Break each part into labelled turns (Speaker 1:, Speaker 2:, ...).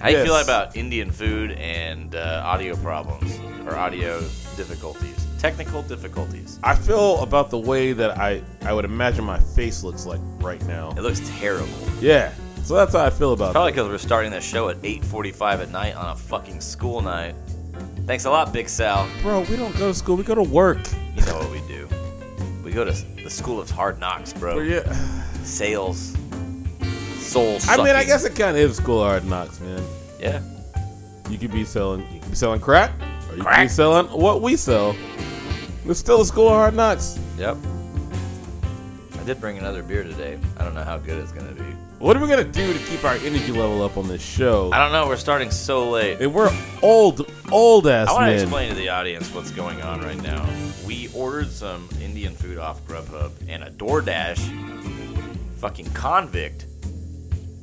Speaker 1: How you feel
Speaker 2: Yes.
Speaker 1: about Indian food and uh, audio problems or audio difficulties, technical difficulties?
Speaker 2: I feel about the way that I I would imagine my face looks like right now.
Speaker 1: It looks terrible.
Speaker 2: Yeah. So that's how I feel about
Speaker 1: Probably because we're starting the show at 8:45 at night on a fucking school night. Thanks a lot, Big Sal.
Speaker 2: it. Bro, we don't go to school. We go to work.
Speaker 1: You know what we do. We go to s- the school of hard knocks,
Speaker 2: But
Speaker 1: bro.
Speaker 2: yeah.
Speaker 1: Sales, soul.
Speaker 2: I mean, I
Speaker 1: sucking.
Speaker 2: guess it kind of is school hard knocks, man.
Speaker 1: Yeah.
Speaker 2: You could be selling, you could be selling crack, or you could be
Speaker 1: Crack.
Speaker 2: selling what we sell. It's still a school of hard knocks.
Speaker 1: Yep. I did bring another beer today. I don't know how good it's gonna be.
Speaker 2: What are we gonna do to keep our energy level up on this show?
Speaker 1: I don't know. We're starting so late.
Speaker 2: And we're old, old ass
Speaker 1: I want to
Speaker 2: men.
Speaker 1: explain to the audience what's going on right now. We ordered some Indian food off Grubhub, and a DoorDash fucking convict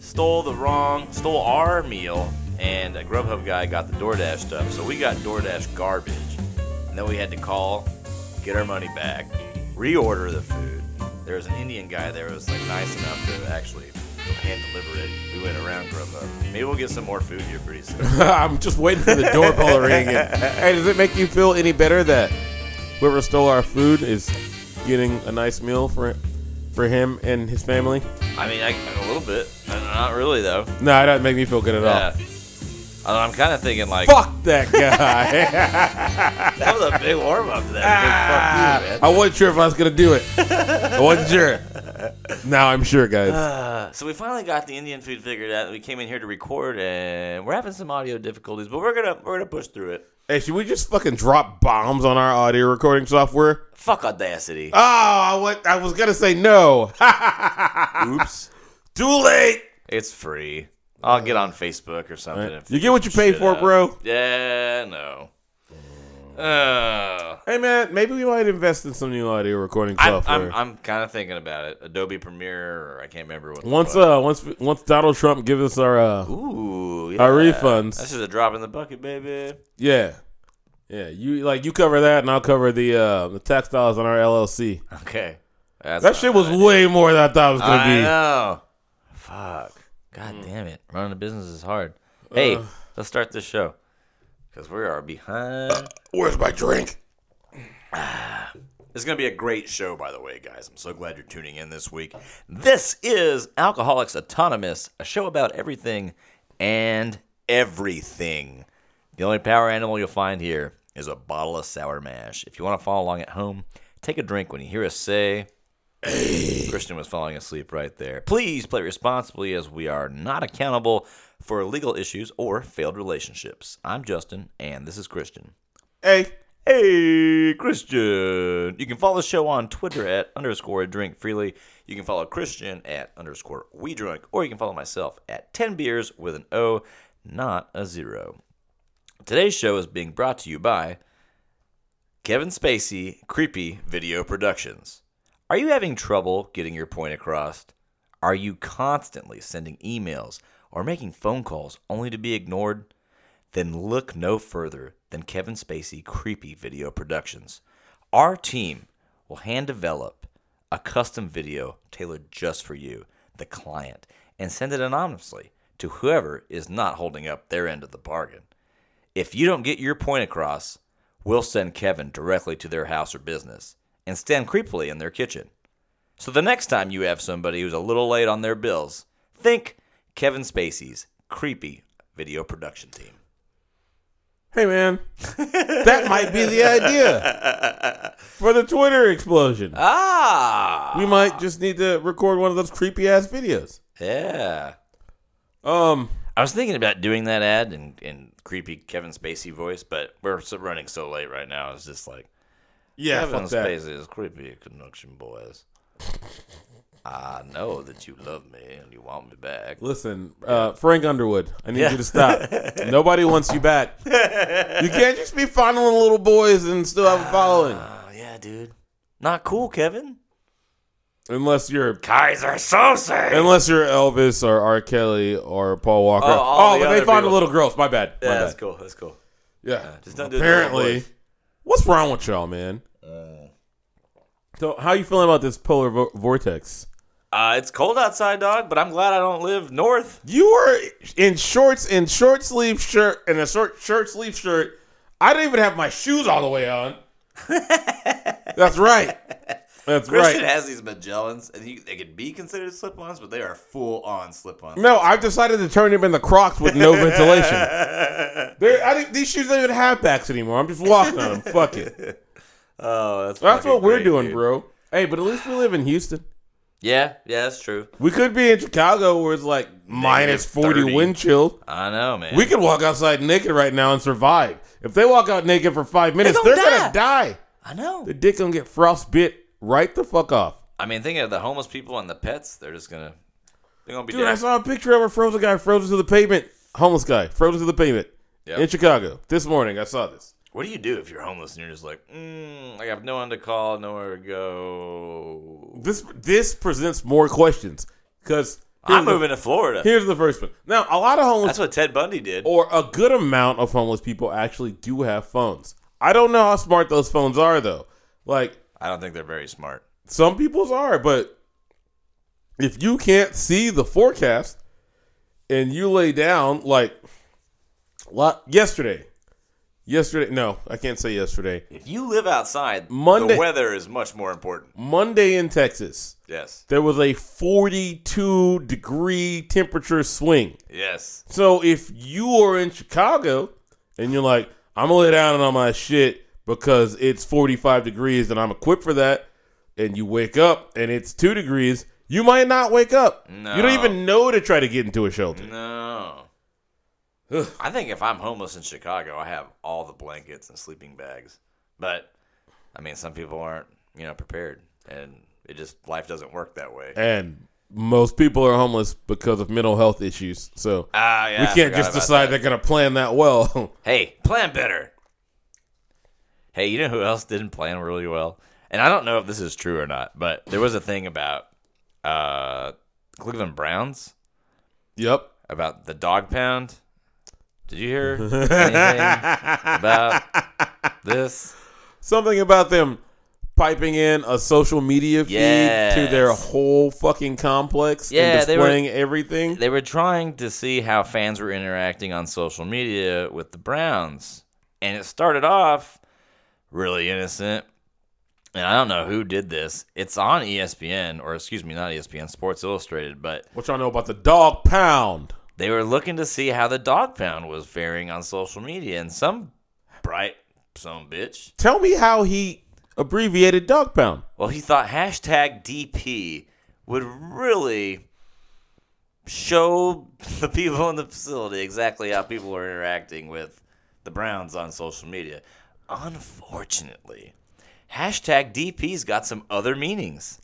Speaker 1: stole the wrong, stole our meal, and a Grubhub guy got the DoorDash stuff. So we got DoorDash garbage, and then we had to call, get our money back, reorder the food. There was an Indian guy there who was like nice enough to actually hand deliver it. We went around Grubhub. Maybe we'll get some more food here pretty soon.
Speaker 2: I'm just waiting for the doorbell to ring. And, hey, does it make you feel any better that whoever stole our food is getting a nice meal for for him and his family?
Speaker 1: I mean, I, a little bit. Uh, Not really, though.
Speaker 2: No, it doesn't make me feel good at
Speaker 1: Yeah. Although I'm kind of thinking like,
Speaker 2: all. Fuck that guy.
Speaker 1: that was a big warm up to
Speaker 2: Ah,
Speaker 1: that. Big fuck you,
Speaker 2: I wasn't sure if I was gonna do it. I wasn't sure. Uh, Now I'm sure, guys.
Speaker 1: man. Uh, So we finally got the Indian food figured out. We came in here to record, and we're having some audio difficulties, but we're gonna we're gonna push through it.
Speaker 2: Hey, should we just fucking drop bombs on our audio recording software?
Speaker 1: Fuck audacity.
Speaker 2: Oh, I wa- I was gonna say no.
Speaker 1: Oops,
Speaker 2: Too late.
Speaker 1: it's free. I'll get on Facebook or something. and
Speaker 2: You get what you pay
Speaker 1: figure
Speaker 2: for,
Speaker 1: it out.
Speaker 2: bro.
Speaker 1: Yeah, no. Uh,
Speaker 2: Hey, man, maybe we might invest in some new audio recording
Speaker 1: I'm,
Speaker 2: software.
Speaker 1: I'm, I'm kind of thinking about it. Adobe Premiere, or I can't remember what. the
Speaker 2: once,
Speaker 1: fuck.
Speaker 2: uh, once, once Donald Trump gives us our, uh,
Speaker 1: Ooh, yeah.
Speaker 2: our refunds.
Speaker 1: This is a drop in the bucket, baby.
Speaker 2: yeah, yeah, you like you cover that, and I'll cover the uh, the tax dollars on our LLC.
Speaker 1: Okay. That's
Speaker 2: That
Speaker 1: not
Speaker 2: shit
Speaker 1: bad.
Speaker 2: was way more than I thought it was gonna
Speaker 1: I
Speaker 2: be.
Speaker 1: know. Mm. Fuck. God damn it. Running a business is hard. Hey, let's start this show. Because we are behind.
Speaker 2: Where's my drink?
Speaker 1: It's going to be a great show, by the way, guys. I'm so glad you're tuning in this week. This is Alcoholics Autonomous, a show about everything and everything. The only power animal you'll find here is a bottle of sour mash. If you want to follow along at home, take a drink when you hear us say. Christian was falling asleep right there. Please play responsibly as we are not accountable for legal issues or failed relationships. I'm Justin, and this is Christian.
Speaker 2: Hey,
Speaker 1: Hey, Christian. You can follow the show on Twitter at underscore drink freely. You can follow Christian at underscore we drunk, or you can follow myself at 10 beers with an O, not a zero. Today's show is being brought to you by Kevin Spacey Creepy Video Productions. Are you having trouble getting your point across? Are you constantly sending emails or making phone calls only to be ignored? then look no further than Kevin Spacey Creepy Video Productions. Our team will hand develop a custom video tailored just for you, the client, and send it anonymously to whoever is not holding up their end of the bargain. If you don't get your point across, we'll send Kevin directly to their house or business and stand creepily in their kitchen. So the next time you have somebody who's a little late on their bills, think Kevin Spacey's creepy video production team.
Speaker 2: hey, man, that might be the idea for the Twitter explosion.
Speaker 1: Ah,
Speaker 2: We might just need to record one of those creepy ass videos.
Speaker 1: yeah.
Speaker 2: Um,
Speaker 1: I was thinking about doing that ad in, in creepy Kevin Spacey voice, but we're so- running so late right now. It's just like
Speaker 2: yeah,
Speaker 1: Kevin
Speaker 2: fuck that.
Speaker 1: Spacey is creepy connection boys. I know that you love me and you want me back.
Speaker 2: Listen, uh, Frank Underwood, I need
Speaker 1: Yeah.
Speaker 2: you to stop. Nobody wants you back. You can't just be fondling little boys and still have a following,
Speaker 1: Oh yeah, dude. Not cool, Kevin.
Speaker 2: unless you're
Speaker 1: Kaiser Soze.
Speaker 2: unless you're Elvis or R. Kelly or Paul Walker.
Speaker 1: Oh, all
Speaker 2: Oh,
Speaker 1: the
Speaker 2: but they
Speaker 1: other
Speaker 2: fondle
Speaker 1: people.
Speaker 2: little girls. My bad. My
Speaker 1: Yeah,
Speaker 2: bad.
Speaker 1: that's cool. That's cool.
Speaker 2: Yeah.
Speaker 1: just don't do it to little
Speaker 2: Apparently,
Speaker 1: boys. Uh.
Speaker 2: what's wrong with y'all, man? So, how you feeling about this polar vo- vortex?
Speaker 1: Uh, it's cold outside, dog, but I'm glad I don't live north.
Speaker 2: You were in shorts and short sleeve shirt and a short shirt sleeve shirt. I didn't even have my shoes all the way on. That's right. That's
Speaker 1: Christian
Speaker 2: right.
Speaker 1: has these Magellans, and he, they could be considered slip-ons, but they are full-on slip-ons.
Speaker 2: No, I've decided to turn them into Crocs with no ventilation. They're- I didn't- these shoes don't even have backs anymore. I'm just walking on them. Fuck it.
Speaker 1: Oh, that's
Speaker 2: That's
Speaker 1: fucking
Speaker 2: what we're
Speaker 1: great,
Speaker 2: doing,
Speaker 1: dude.
Speaker 2: bro. Hey, but at least we live in Houston.
Speaker 1: Yeah, yeah, that's true.
Speaker 2: We could be in Chicago where it's like minus 40
Speaker 1: 30.
Speaker 2: wind chill.
Speaker 1: I know, man.
Speaker 2: We could walk outside naked right now and survive. If they walk out naked for five minutes,
Speaker 1: gonna
Speaker 2: they're gonna die.
Speaker 1: I know.
Speaker 2: The dick gonna get frostbit right the fuck off.
Speaker 1: I mean, think of the homeless people and the pets. They're just gonna, they're gonna be
Speaker 2: Dude, I
Speaker 1: dead.
Speaker 2: saw a picture of a frozen guy frozen to the pavement. Homeless guy frozen to the pavement
Speaker 1: Yep.
Speaker 2: in Chicago this morning. I saw this.
Speaker 1: What do you do if you're homeless and you're just like, mm, I have no one to call, nowhere to go?
Speaker 2: This this presents more questions because
Speaker 1: I'm moving to Florida.
Speaker 2: Here's the first one. Now, a lot of homeless
Speaker 1: That's what Ted Bundy did.
Speaker 2: or a good amount of homeless people actually do have phones. I don't know how smart those phones are though. Like
Speaker 1: I don't think they're very smart.
Speaker 2: some people's are, but if you can't see the forecast and you lay down like lot yesterday, yesterday, no, I can't say yesterday.
Speaker 1: If you live outside,
Speaker 2: Monday-
Speaker 1: the weather is much more important.
Speaker 2: Monday in Texas,
Speaker 1: Yes,
Speaker 2: there was a 42 degree temperature swing.
Speaker 1: yes.
Speaker 2: So if you are in Chicago and you're like, I'm gonna lay down on my shit because it's 45 degrees and I'm equipped for that, and you wake up and it's two degrees, you might not wake up.
Speaker 1: No.
Speaker 2: You don't even know to try to get into a shelter.
Speaker 1: No.
Speaker 2: Ugh.
Speaker 1: I think if I'm homeless in Chicago, I have all the blankets and sleeping bags. But I mean, some people aren't, you know, prepared, and it just life doesn't work that way.
Speaker 2: And most people are homeless because of mental health issues. So
Speaker 1: Ah, yeah.
Speaker 2: we
Speaker 1: I
Speaker 2: can't
Speaker 1: forgot
Speaker 2: just
Speaker 1: about
Speaker 2: decide they're gonna plan that well.
Speaker 1: that. Hey, plan better. Hey, you know who else didn't plan really well? And I don't know if this is true or not, but there was a thing about uh, Cleveland Browns
Speaker 2: yep.
Speaker 1: about the dog pound. Did you hear anything about this?
Speaker 2: Something about them piping in a social media feed to their
Speaker 1: Yes.
Speaker 2: whole fucking complex and
Speaker 1: Yeah, they were-
Speaker 2: displaying everything.
Speaker 1: They were trying to see how fans were interacting on social media with the Browns. And it started off really innocent. And I don't know who did this. It's on E ESPN, or excuse me, not E ESPN, Sports Illustrated, but
Speaker 2: What y'all know about the dog pound?
Speaker 1: they were looking to see how the dog pound was faring on social media. And some bright some bitch.
Speaker 2: Tell me how he abbreviated dog pound.
Speaker 1: Well, he thought hashtag DP would really show the people in the facility exactly how people were interacting with the Browns on social media. Unfortunately, hashtag DP's got some other meanings.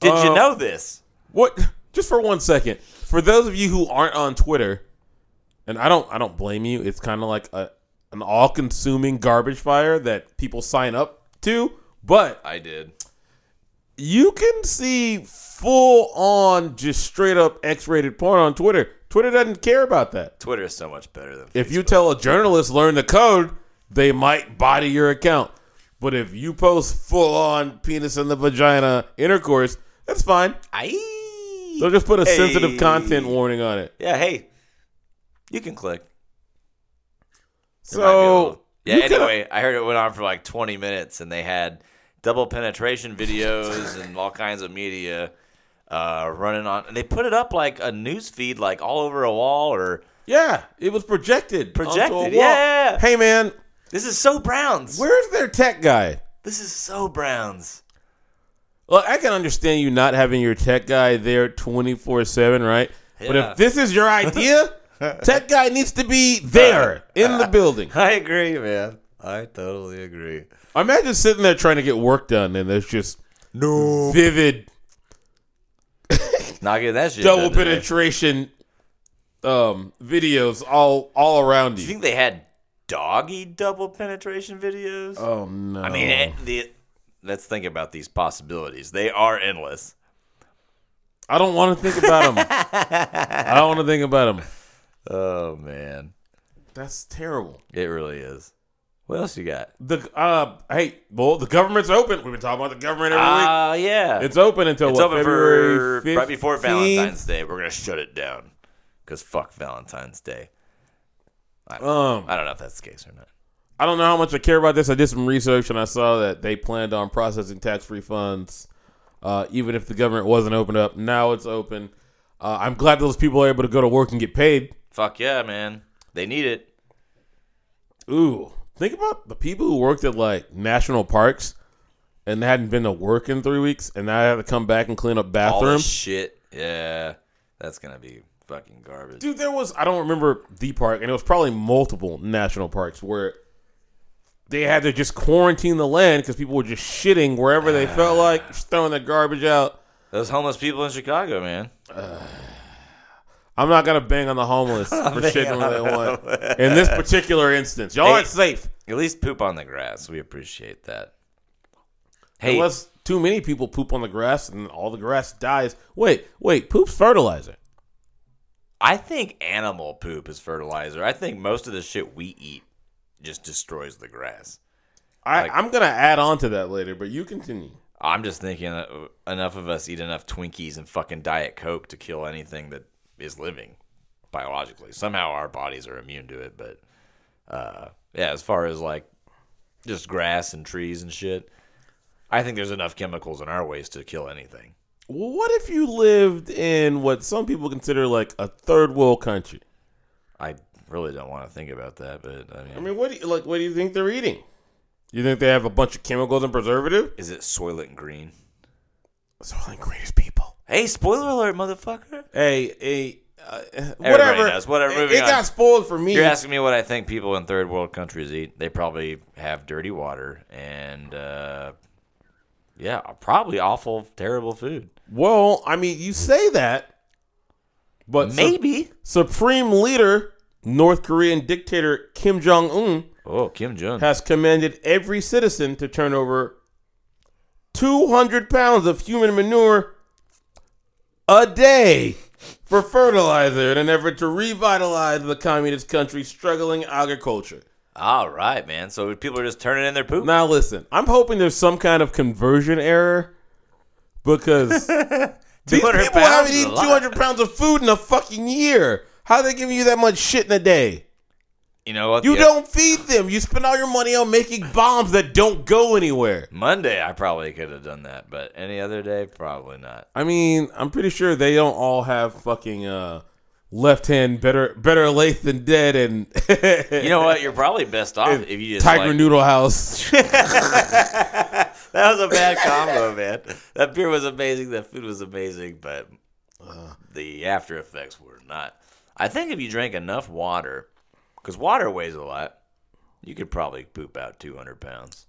Speaker 1: Did
Speaker 2: Uh,
Speaker 1: you know this?
Speaker 2: What? Just for one second, for those of you who aren't on Twitter, and I don't, I don't blame you. It's kind of like a, an all-consuming garbage fire that people sign up to, but
Speaker 1: I did.
Speaker 2: you can see full-on, just straight-up X-rated porn on Twitter. Twitter doesn't care about that.
Speaker 1: Twitter is so much better than
Speaker 2: If you tell a journalist learn the code, they might body your account. But if you post full on penis in the vagina intercourse, that's fine.
Speaker 1: I.
Speaker 2: They'll just put a sensitive
Speaker 1: Hey.
Speaker 2: content warning on it.
Speaker 1: Yeah, hey, you can click. It might be a
Speaker 2: So
Speaker 1: little- yeah.
Speaker 2: you could've-
Speaker 1: Anyway, I heard it went on for like 20 minutes, and they had double penetration videos and all kinds of media uh, running on. And they put it up like a news feed, like all over a wall. Or
Speaker 2: yeah, it was projected. onto a
Speaker 1: Projected,
Speaker 2: wall.
Speaker 1: yeah.
Speaker 2: Hey man,
Speaker 1: this is so Browns.
Speaker 2: where's their tech guy?
Speaker 1: This is so Browns.
Speaker 2: Look, I can understand you not having your tech guy there twenty four seven, right? But
Speaker 1: Yeah.
Speaker 2: if this is your idea, tech guy needs to be there in the building.
Speaker 1: I agree, man. I totally agree.
Speaker 2: Imagine sitting there trying to get work done, and there's just
Speaker 1: No,
Speaker 2: vivid
Speaker 1: not getting that shit.
Speaker 2: double
Speaker 1: done today.
Speaker 2: penetration um, videos all all around
Speaker 1: Do
Speaker 2: you.
Speaker 1: you think they had doggy double penetration videos?
Speaker 2: Oh no!
Speaker 1: I mean, it, the, let's think about these possibilities. They are endless.
Speaker 2: I don't want to think about them. I don't want to think about them.
Speaker 1: Oh man.
Speaker 2: That's terrible.
Speaker 1: It really is. What else you got?
Speaker 2: The uh, hey, well, the government's open. We've been talking about the government every week.
Speaker 1: Ah, yeah.
Speaker 2: It's open until
Speaker 1: It's
Speaker 2: what,
Speaker 1: open
Speaker 2: February
Speaker 1: for right before
Speaker 2: 15th?
Speaker 1: Valentine's Day. We're gonna shut it down because fuck Valentine's Day.
Speaker 2: Um,
Speaker 1: I don't know if that's the case or not.
Speaker 2: I don't know how much I care about this. I did some research and I saw that they planned on processing tax refunds, uh, even if the government wasn't open up. Now it's open. Uh, I'm glad those people are able to go to work and get paid.
Speaker 1: Fuck yeah, man. They need it.
Speaker 2: Ooh, think about the people who worked at like national parks and they hadn't been to work in three weeks, and now they have to come back and clean up
Speaker 1: All this
Speaker 2: bathrooms.
Speaker 1: shit. Yeah, that's gonna be fucking garbage.
Speaker 2: Dude, there was I don't remember the park, and it was probably multiple national parks where they had to just quarantine the land because people were just shitting wherever they felt like, just throwing their garbage out.
Speaker 1: Those homeless people in Chicago, man.
Speaker 2: I'm not gonna bang on the homeless for shitting where they want. In this particular instance, y'all
Speaker 1: Hey.
Speaker 2: aren't safe
Speaker 1: At least poop on the grass. We appreciate that. Hey,
Speaker 2: unless too many people poop on the grass and all the grass dies. Wait, wait, poop's fertilizer.
Speaker 1: I think animal poop is fertilizer. I think most of the shit we eat just destroys the grass.
Speaker 2: I,
Speaker 1: Like-
Speaker 2: I'm gonna add on to that later, but you continue.
Speaker 1: I'm just thinking that enough of us eat enough Twinkies and fucking Diet Coke to kill anything that is living biologically. Somehow our bodies are immune to it, but uh, yeah, as far as like just grass and trees and shit, I think there's enough chemicals in our waste to kill anything.
Speaker 2: Well, what if you lived in what some people consider like a third world country?
Speaker 1: I really don't want to think about that, but I mean,
Speaker 2: I mean, what do you, like? What do you think they're eating? You think they have a bunch of chemicals and preservative?
Speaker 1: is it Soylent Green?
Speaker 2: It's all the greatest people.
Speaker 1: Hey, spoiler alert, motherfucker!
Speaker 2: Hey, hey, uh, whatever.
Speaker 1: knows. Whatever,
Speaker 2: It,
Speaker 1: moving
Speaker 2: it
Speaker 1: on.
Speaker 2: got spoiled for me.
Speaker 1: You're asking me what I think people in third world countries eat. They probably have dirty water and, uh, yeah, probably awful, terrible food.
Speaker 2: well, I mean, you say that, but su-
Speaker 1: Maybe.
Speaker 2: Supreme Leader North Korean dictator Kim Jong Un
Speaker 1: Oh, Kim Jong.
Speaker 2: has commanded every citizen to turn over 200 pounds of human manure a day for fertilizer in an effort to revitalize the communist country's struggling agriculture.
Speaker 1: All right, man. So people are just turning in their poop.
Speaker 2: Now, listen, I'm hoping there's some kind of conversion error because these
Speaker 1: 200
Speaker 2: people
Speaker 1: pounds
Speaker 2: haven't
Speaker 1: is a
Speaker 2: eaten
Speaker 1: lot.
Speaker 2: 200 pounds of food in a fucking year. How are they giving you that much shit in a day?
Speaker 1: You know what?
Speaker 2: You
Speaker 1: The-
Speaker 2: don't feed them. You spend all your money on making bombs that don't go anywhere.
Speaker 1: Monday, I probably could have done that, but any other day, probably not.
Speaker 2: I mean, I'm pretty sure they don't all have fucking uh, left hand better better late than dead and
Speaker 1: You know what? You're probably best off if you just
Speaker 2: Tiger
Speaker 1: like-
Speaker 2: Noodle House.
Speaker 1: That was a bad combo, man. That beer was amazing. That food was amazing, but uh, the after effects were not. I think if you drank enough water, because water weighs a lot, you could probably poop out 200 pounds.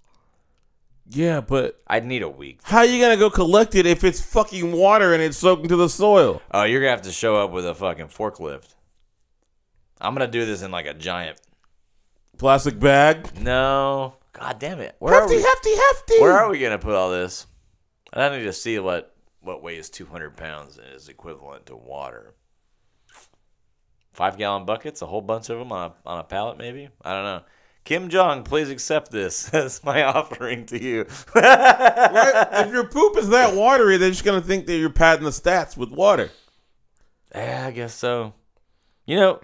Speaker 2: yeah, but
Speaker 1: I'd need a week.
Speaker 2: how you gonna go collect it if it's fucking water and it's soaked into the soil?
Speaker 1: Oh, you're gonna have to show up with a fucking forklift. I'm gonna do this in like a giant.
Speaker 2: Plastic bag.
Speaker 1: No, god damn it. Where are
Speaker 2: Hefty,
Speaker 1: we?
Speaker 2: hefty, hefty.
Speaker 1: Where are we gonna put all this? I need to see what what weighs 200 pounds and is equivalent to water. Five gallon buckets, a whole bunch of them on a, on a pallet, maybe. I don't know. Kim Jong, please accept this as my offering to you.
Speaker 2: Right? if your poop is that watery, they're just gonna think that you're padding the stats with water.
Speaker 1: yeah, I guess so. You know,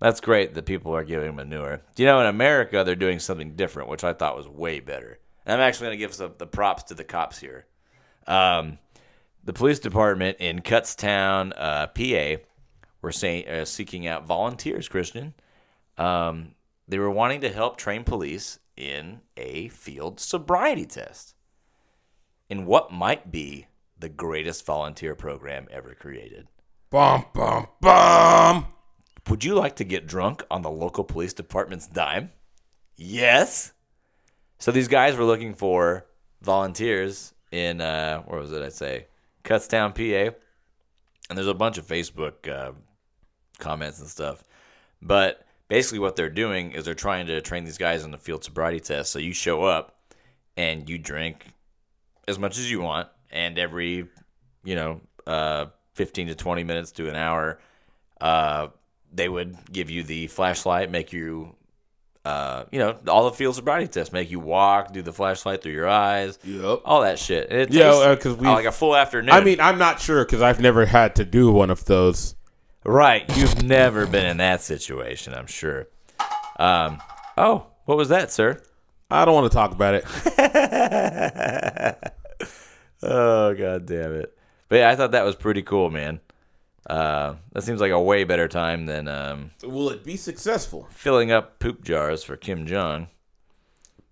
Speaker 1: that's great that people are giving manure. You know, in America, they're doing something different, which I thought was way better. And I'm actually going to give some, the props to the cops here. Um, the police department in Cutstown, uh, PA, were saying, uh, seeking out volunteers, Christian. Um, they were wanting to help train police in a field sobriety test in what might be the greatest volunteer program ever created.
Speaker 2: Bum bum bum.
Speaker 1: Would you like to get drunk on the local police department's dime? Yes. So these guys were looking for volunteers in uh, where was it? I say Cutstown, PA. And there's a bunch of Facebook uh, comments and stuff. But basically, what they're doing is they're trying to train these guys in the field sobriety test. So you show up and you drink as much as you want, and every you know uh, 15 to 20 minutes to an hour, uh, they would give you the flashlight, make you uh, you know, all the field sobriety tests make you walk, do the flashlight through your eyes,
Speaker 2: Yep.
Speaker 1: all that shit. And it
Speaker 2: Yeah,
Speaker 1: takes,
Speaker 2: uh, 'cause we've-
Speaker 1: like a full afternoon.
Speaker 2: I mean, I'm not sure because I've never had to do one of those.
Speaker 1: right? You've never been in that situation, I'm sure. Um, oh, what was that, sir?
Speaker 2: I don't want to talk about it.
Speaker 1: Oh god damn it! But yeah, I thought that was pretty cool, man. Uh, that seems like a way better time than um,
Speaker 2: Will it be successful?
Speaker 1: filling up poop jars for Kim Jong.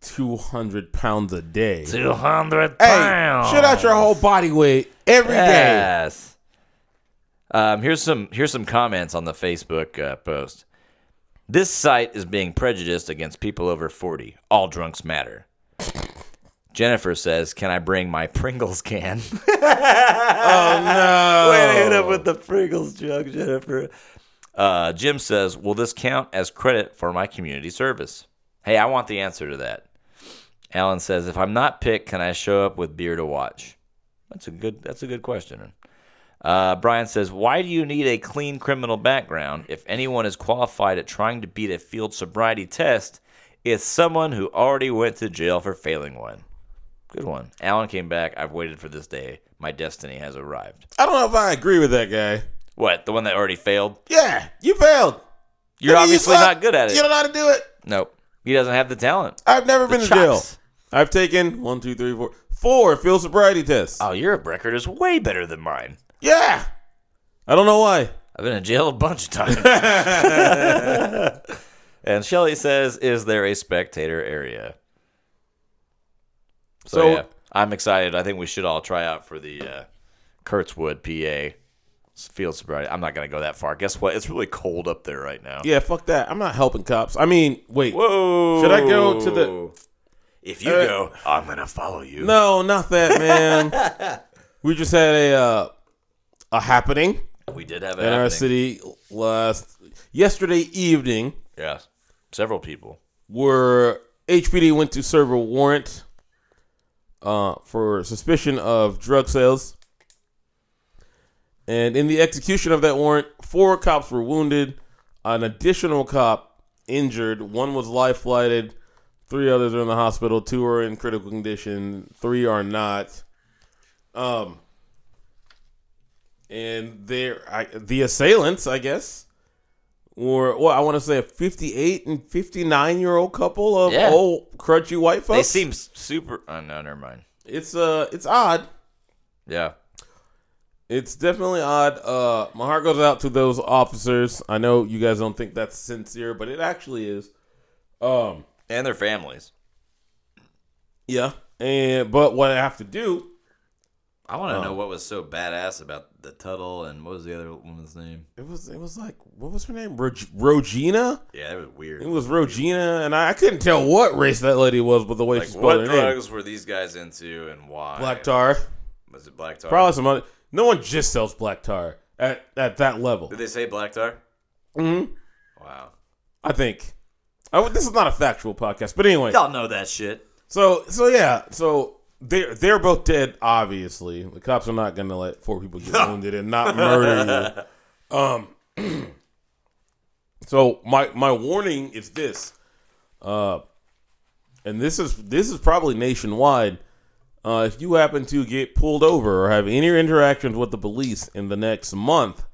Speaker 2: 200 pounds a day.
Speaker 1: Two hundred
Speaker 2: Hey, shit out your whole body weight every day.
Speaker 1: Yes. Um, here's some here's some comments on the Facebook uh, post. This site is being prejudiced against people over 40. All drunks matter. Jennifer says, "Can I bring my Pringles can?"
Speaker 2: Oh, no.
Speaker 1: Way to hit up with the Pringles jug, Jennifer. Uh, Jim says, "Will this count as credit for my community service?" Hey, I want the answer to that. Alan says, "If I'm not picked, can I show up with beer to watch?" That's a good. That's a good question. Uh, Brian says, "Why do you need a clean criminal background if anyone is qualified at trying to beat a field sobriety test? It's someone who already went to jail for failing one." Good one. Alan came back. I've waited for this day. My destiny has arrived.
Speaker 2: I don't know if I agree with that guy.
Speaker 1: What? The one that already failed?
Speaker 2: Yeah, you failed.
Speaker 1: You're
Speaker 2: You
Speaker 1: obviously
Speaker 2: suck.
Speaker 1: not good at it.
Speaker 2: You don't know how to do it.
Speaker 1: Nope. He doesn't have the talent.
Speaker 2: I've never been to jail.
Speaker 1: chops.
Speaker 2: I've taken one, two, three, four, four field sobriety tests.
Speaker 1: Oh, your record is way better than mine.
Speaker 2: yeah. I don't know why.
Speaker 1: I've been in jail a bunch of times. and Shelly says, Is there a spectator area? So,
Speaker 2: So-
Speaker 1: yeah, I'm excited. I think we should all try out for the uh, Kurtzwood, PA field sobriety. I'm not going to go that far. Guess what? It's really cold up there right now.
Speaker 2: Yeah, fuck that. I'm not helping cops. I mean, wait.
Speaker 1: Whoa.
Speaker 2: Should I go to the-
Speaker 1: If you
Speaker 2: Uh,
Speaker 1: go, I'm going to follow you.
Speaker 2: No, not that, man. we just had a uh, a happening
Speaker 1: We did have it
Speaker 2: in our
Speaker 1: happening.
Speaker 2: city last yesterday evening
Speaker 1: Yeah. Several people.
Speaker 2: where HPD went to serve a warrant uh, for suspicion of drug sales. And in the execution of that warrant, four cops were wounded, an additional cop injured, one was life flighted, three others are in the hospital, two are in critical condition, three are not. Um, and they're I, the assailants, I guess, were well, I want to say a 58 and 59 year old couple of
Speaker 1: Yeah.
Speaker 2: old crudgy white folks.
Speaker 1: They seem s- super. Oh, no, never mind.
Speaker 2: it's uh, it's odd.
Speaker 1: Yeah.
Speaker 2: It's definitely odd. Uh, my heart goes out to those officers. I know you guys don't think that's sincere, but it actually is. Um,
Speaker 1: And their families.
Speaker 2: yeah. And but what I have to do,
Speaker 1: I want to
Speaker 2: Oh.
Speaker 1: know what was so badass about the Tuttle and what was the other woman's name?
Speaker 2: it was it was like what was her name, Rog- Rogina.
Speaker 1: Yeah, that was weird.
Speaker 2: It was Rogina, and I, I couldn't tell what race that lady was, but the way
Speaker 1: like,
Speaker 2: she spelled
Speaker 1: what
Speaker 2: her name,
Speaker 1: drugs were these guys into and why?
Speaker 2: black tar,
Speaker 1: Was it black tar?
Speaker 2: probably some other. No one just sells black tar at at that level.
Speaker 1: Did they say black tar?
Speaker 2: Mhm.
Speaker 1: Mm-hmm. Wow.
Speaker 2: I think. I would- this is not a factual podcast, but anyway.
Speaker 1: Y'all know that shit.
Speaker 2: So so yeah, so they're they're both dead. Obviously, the cops are not gonna let four people get wounded and not murder you. Um. so my my warning is this, uh, and this is this is probably nationwide. Uh, if you happen to get pulled over or have any interactions with the police in the next month,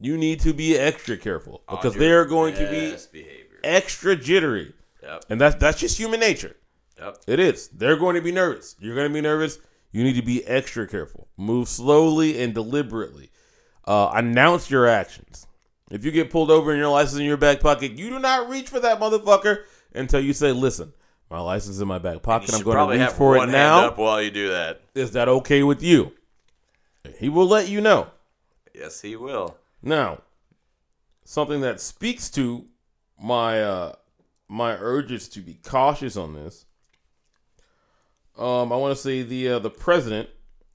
Speaker 2: you need to be extra careful because they are going to be
Speaker 1: Best behavior.
Speaker 2: extra jittery,
Speaker 1: Yep.
Speaker 2: and that's that's just human nature.
Speaker 1: Yep.
Speaker 2: It is. They're going to be nervous. You're going to be nervous. You need to be extra careful. Move slowly and deliberately. Uh, announce your actions. If you get pulled over and your license in your back pocket, you do not reach for that motherfucker until you say, "Listen, my license is in my back pocket.
Speaker 1: You
Speaker 2: I'm
Speaker 1: should
Speaker 2: going
Speaker 1: probably
Speaker 2: to reach
Speaker 1: have
Speaker 2: for
Speaker 1: one hand
Speaker 2: it now.
Speaker 1: up while you do that.
Speaker 2: Is that okay with you?" He will let you know.
Speaker 1: Yes, he will.
Speaker 2: Now, something that speaks to my uh my urges to be cautious on this. Um, I want to say the uh, the president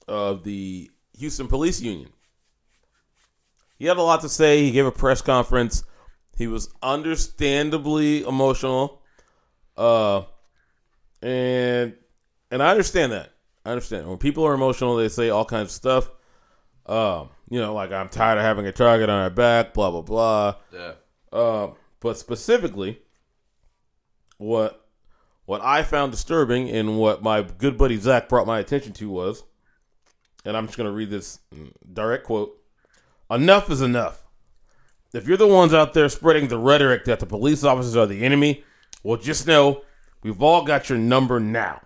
Speaker 2: of the Houston Police Union. He had a lot to say. He gave a press conference. He was understandably emotional. Uh, and and I understand that. I understand when people are emotional, they say all kinds of stuff. Um, you know, like I'm tired of having a target
Speaker 1: Uh,
Speaker 2: on our back, blah blah blah.
Speaker 1: Yeah.
Speaker 2: Uh, but specifically, what what I found disturbing and what my good buddy Zach brought my attention to was, and I'm just going to read this direct quote Enough is enough. If you're the ones out there spreading the rhetoric that the police officers are the enemy, well, just know we've all got your number now.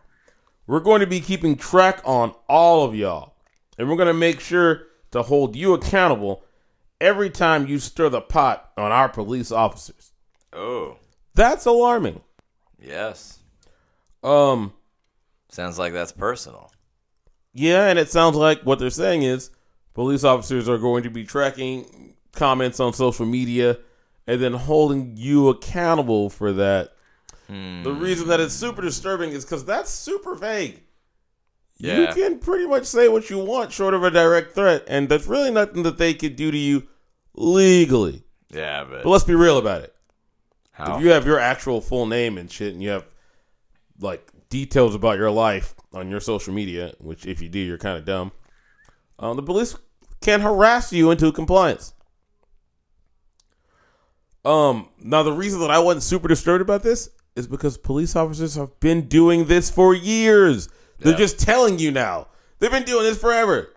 Speaker 2: We're going to be keeping track on all of y'all, and we're going to make sure to hold you accountable every time you stir the pot on our police officers.
Speaker 1: Oh,
Speaker 2: That's alarming.
Speaker 1: yes.
Speaker 2: Um,
Speaker 1: Sounds like that's personal.
Speaker 2: Yeah, and it sounds like what they're saying is police officers are going to be tracking comments on social media and then holding you accountable for that. The reason that it's super disturbing is because that's super vague. You
Speaker 1: Yeah.
Speaker 2: can pretty much say what you want short of a direct threat, and there's really nothing that they could do to you legally.
Speaker 1: Yeah, but
Speaker 2: But let's be real about it.
Speaker 1: how?
Speaker 2: If you have your actual full name and shit, and you have like details about your life on your social media, which if you do, you're kind of dumb. Um, the police can harass you into compliance. Um, now the reason that I wasn't super disturbed about this is because police officers have been doing this for years. They're
Speaker 1: Yeah.
Speaker 2: just telling you now. They've been doing this forever.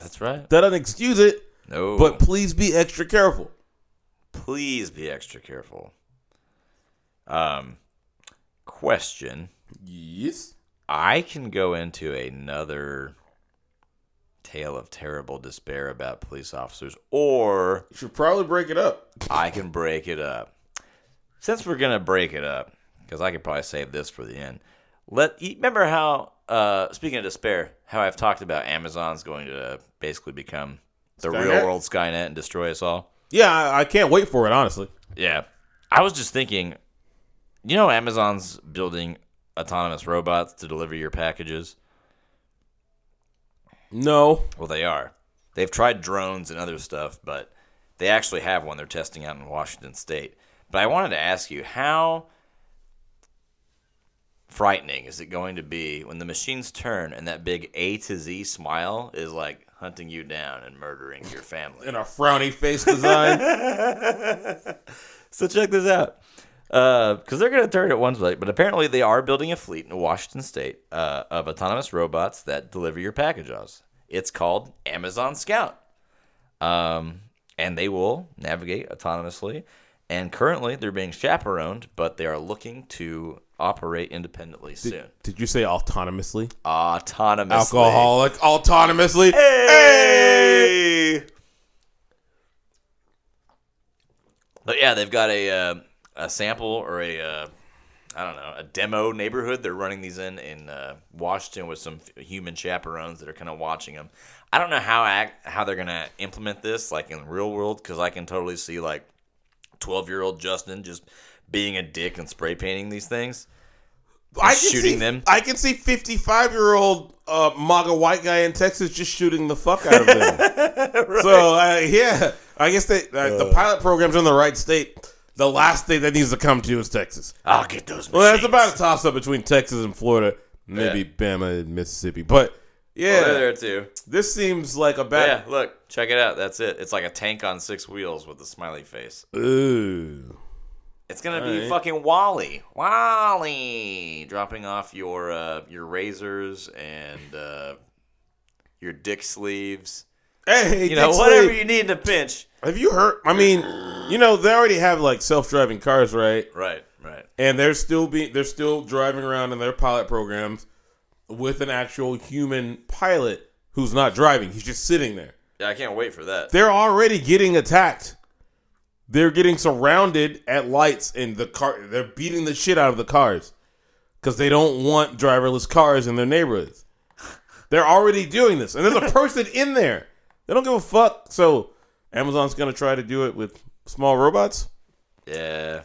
Speaker 1: that's right.
Speaker 2: That doesn't excuse it,
Speaker 1: No.
Speaker 2: but please be extra careful.
Speaker 1: please be extra careful. Um, question.
Speaker 2: Yes.
Speaker 1: I can go into another tale of terrible despair about police officers, or
Speaker 2: You should probably break it up.
Speaker 1: I can break it up. Since we're gonna break it up, because I could probably save this for the end. Let you remember how uh, speaking of despair, how I've talked about Amazon's going to basically become the
Speaker 2: Skynet?
Speaker 1: real world Skynet and destroy us all.
Speaker 2: Yeah, I, I can't wait for it, honestly.
Speaker 1: Yeah. I was just thinking, you know, Amazon's building autonomous robots to deliver your packages.
Speaker 2: No.
Speaker 1: Well, they are. They've tried drones and other stuff, but they actually have one they're testing out in Washington state. But I wanted to ask you, how frightening is it going to be when the machines turn and that big A to Z smile is like hunting you down and murdering your family?
Speaker 2: In a frowny face design.
Speaker 1: So check this out. Because they're going to turn it one way, but apparently they are building a fleet in Washington State uh, of autonomous robots that deliver your packages. It's called Amazon Scout, um, and they will navigate autonomously. And currently, they're being chaperoned, but they are looking to operate independently soon.
Speaker 2: Did you say autonomously?
Speaker 1: Autonomously.
Speaker 2: Alcoholic autonomously.
Speaker 1: Hey! But yeah, they've got a uh, a sample or a uh, I don't know a demo neighborhood. They're running these in in uh, Washington with some f- human chaperones that are kind of watching them. I don't know how act, how they're gonna implement this like in the real world because I can totally see like twelve year old Justin just being a dick and spray painting these things.
Speaker 2: I
Speaker 1: shooting
Speaker 2: see,
Speaker 1: them.
Speaker 2: I can see 55 year old uh, MAGA white guy in Texas just shooting the fuck out of them. So, uh, yeah, I guess they, uh, the pilot program's in the right state. The last state that needs to come to is Texas.
Speaker 1: I'll get those. Machines.
Speaker 2: Well, that's about a toss up between Texas and Florida. Maybe
Speaker 1: Yeah.
Speaker 2: Bama and Mississippi. But, yeah,
Speaker 1: Oh, they're there too.
Speaker 2: this seems like a
Speaker 1: Yeah,
Speaker 2: bad.
Speaker 1: look, check it out. That's it. It's like a tank on six wheels with a smiley face.
Speaker 2: Ooh.
Speaker 1: It's gonna be
Speaker 2: Alright.
Speaker 1: fucking Wally, Wally, dropping off your uh, your razors and uh, your dick sleeves.
Speaker 2: Hey,
Speaker 1: You know,
Speaker 2: Dick
Speaker 1: whatever
Speaker 2: Slade.
Speaker 1: you need in a pinch.
Speaker 2: Have you heard? I mean, you know, they already have like self-driving cars, right?
Speaker 1: Right, right.
Speaker 2: And they're still being they're still driving around in their pilot programs with an actual human pilot who's not driving; he's just sitting there.
Speaker 1: Yeah, I can't wait for that.
Speaker 2: They're already getting attacked. They're getting surrounded at lights, and the car they're beating the shit out of the cars because they don't want driverless cars in their neighborhoods. They're already doing this, and there's a person in there. They don't give a fuck. So Amazon's gonna try to do it with small robots.
Speaker 1: Yeah,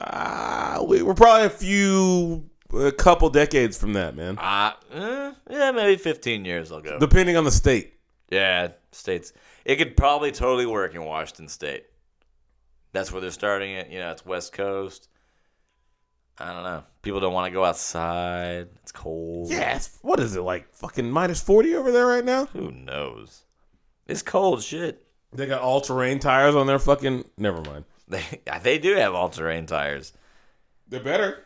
Speaker 2: Uh, we, we're probably a few, a couple decades from that, man.
Speaker 1: uh, eh, yeah, maybe fifteen years I'll go.
Speaker 2: Depending on the state.
Speaker 1: yeah, states. It could probably totally work in Washington State. That's where they're starting it. You know, it's West Coast. I don't know. People don't want to go outside. It's cold.
Speaker 2: Yes. What is it like? Fucking minus forty over there right now.
Speaker 1: Who knows? It's cold shit.
Speaker 2: They got all terrain tires on their fucking. Never mind.
Speaker 1: They they do have all terrain tires.
Speaker 2: They're better.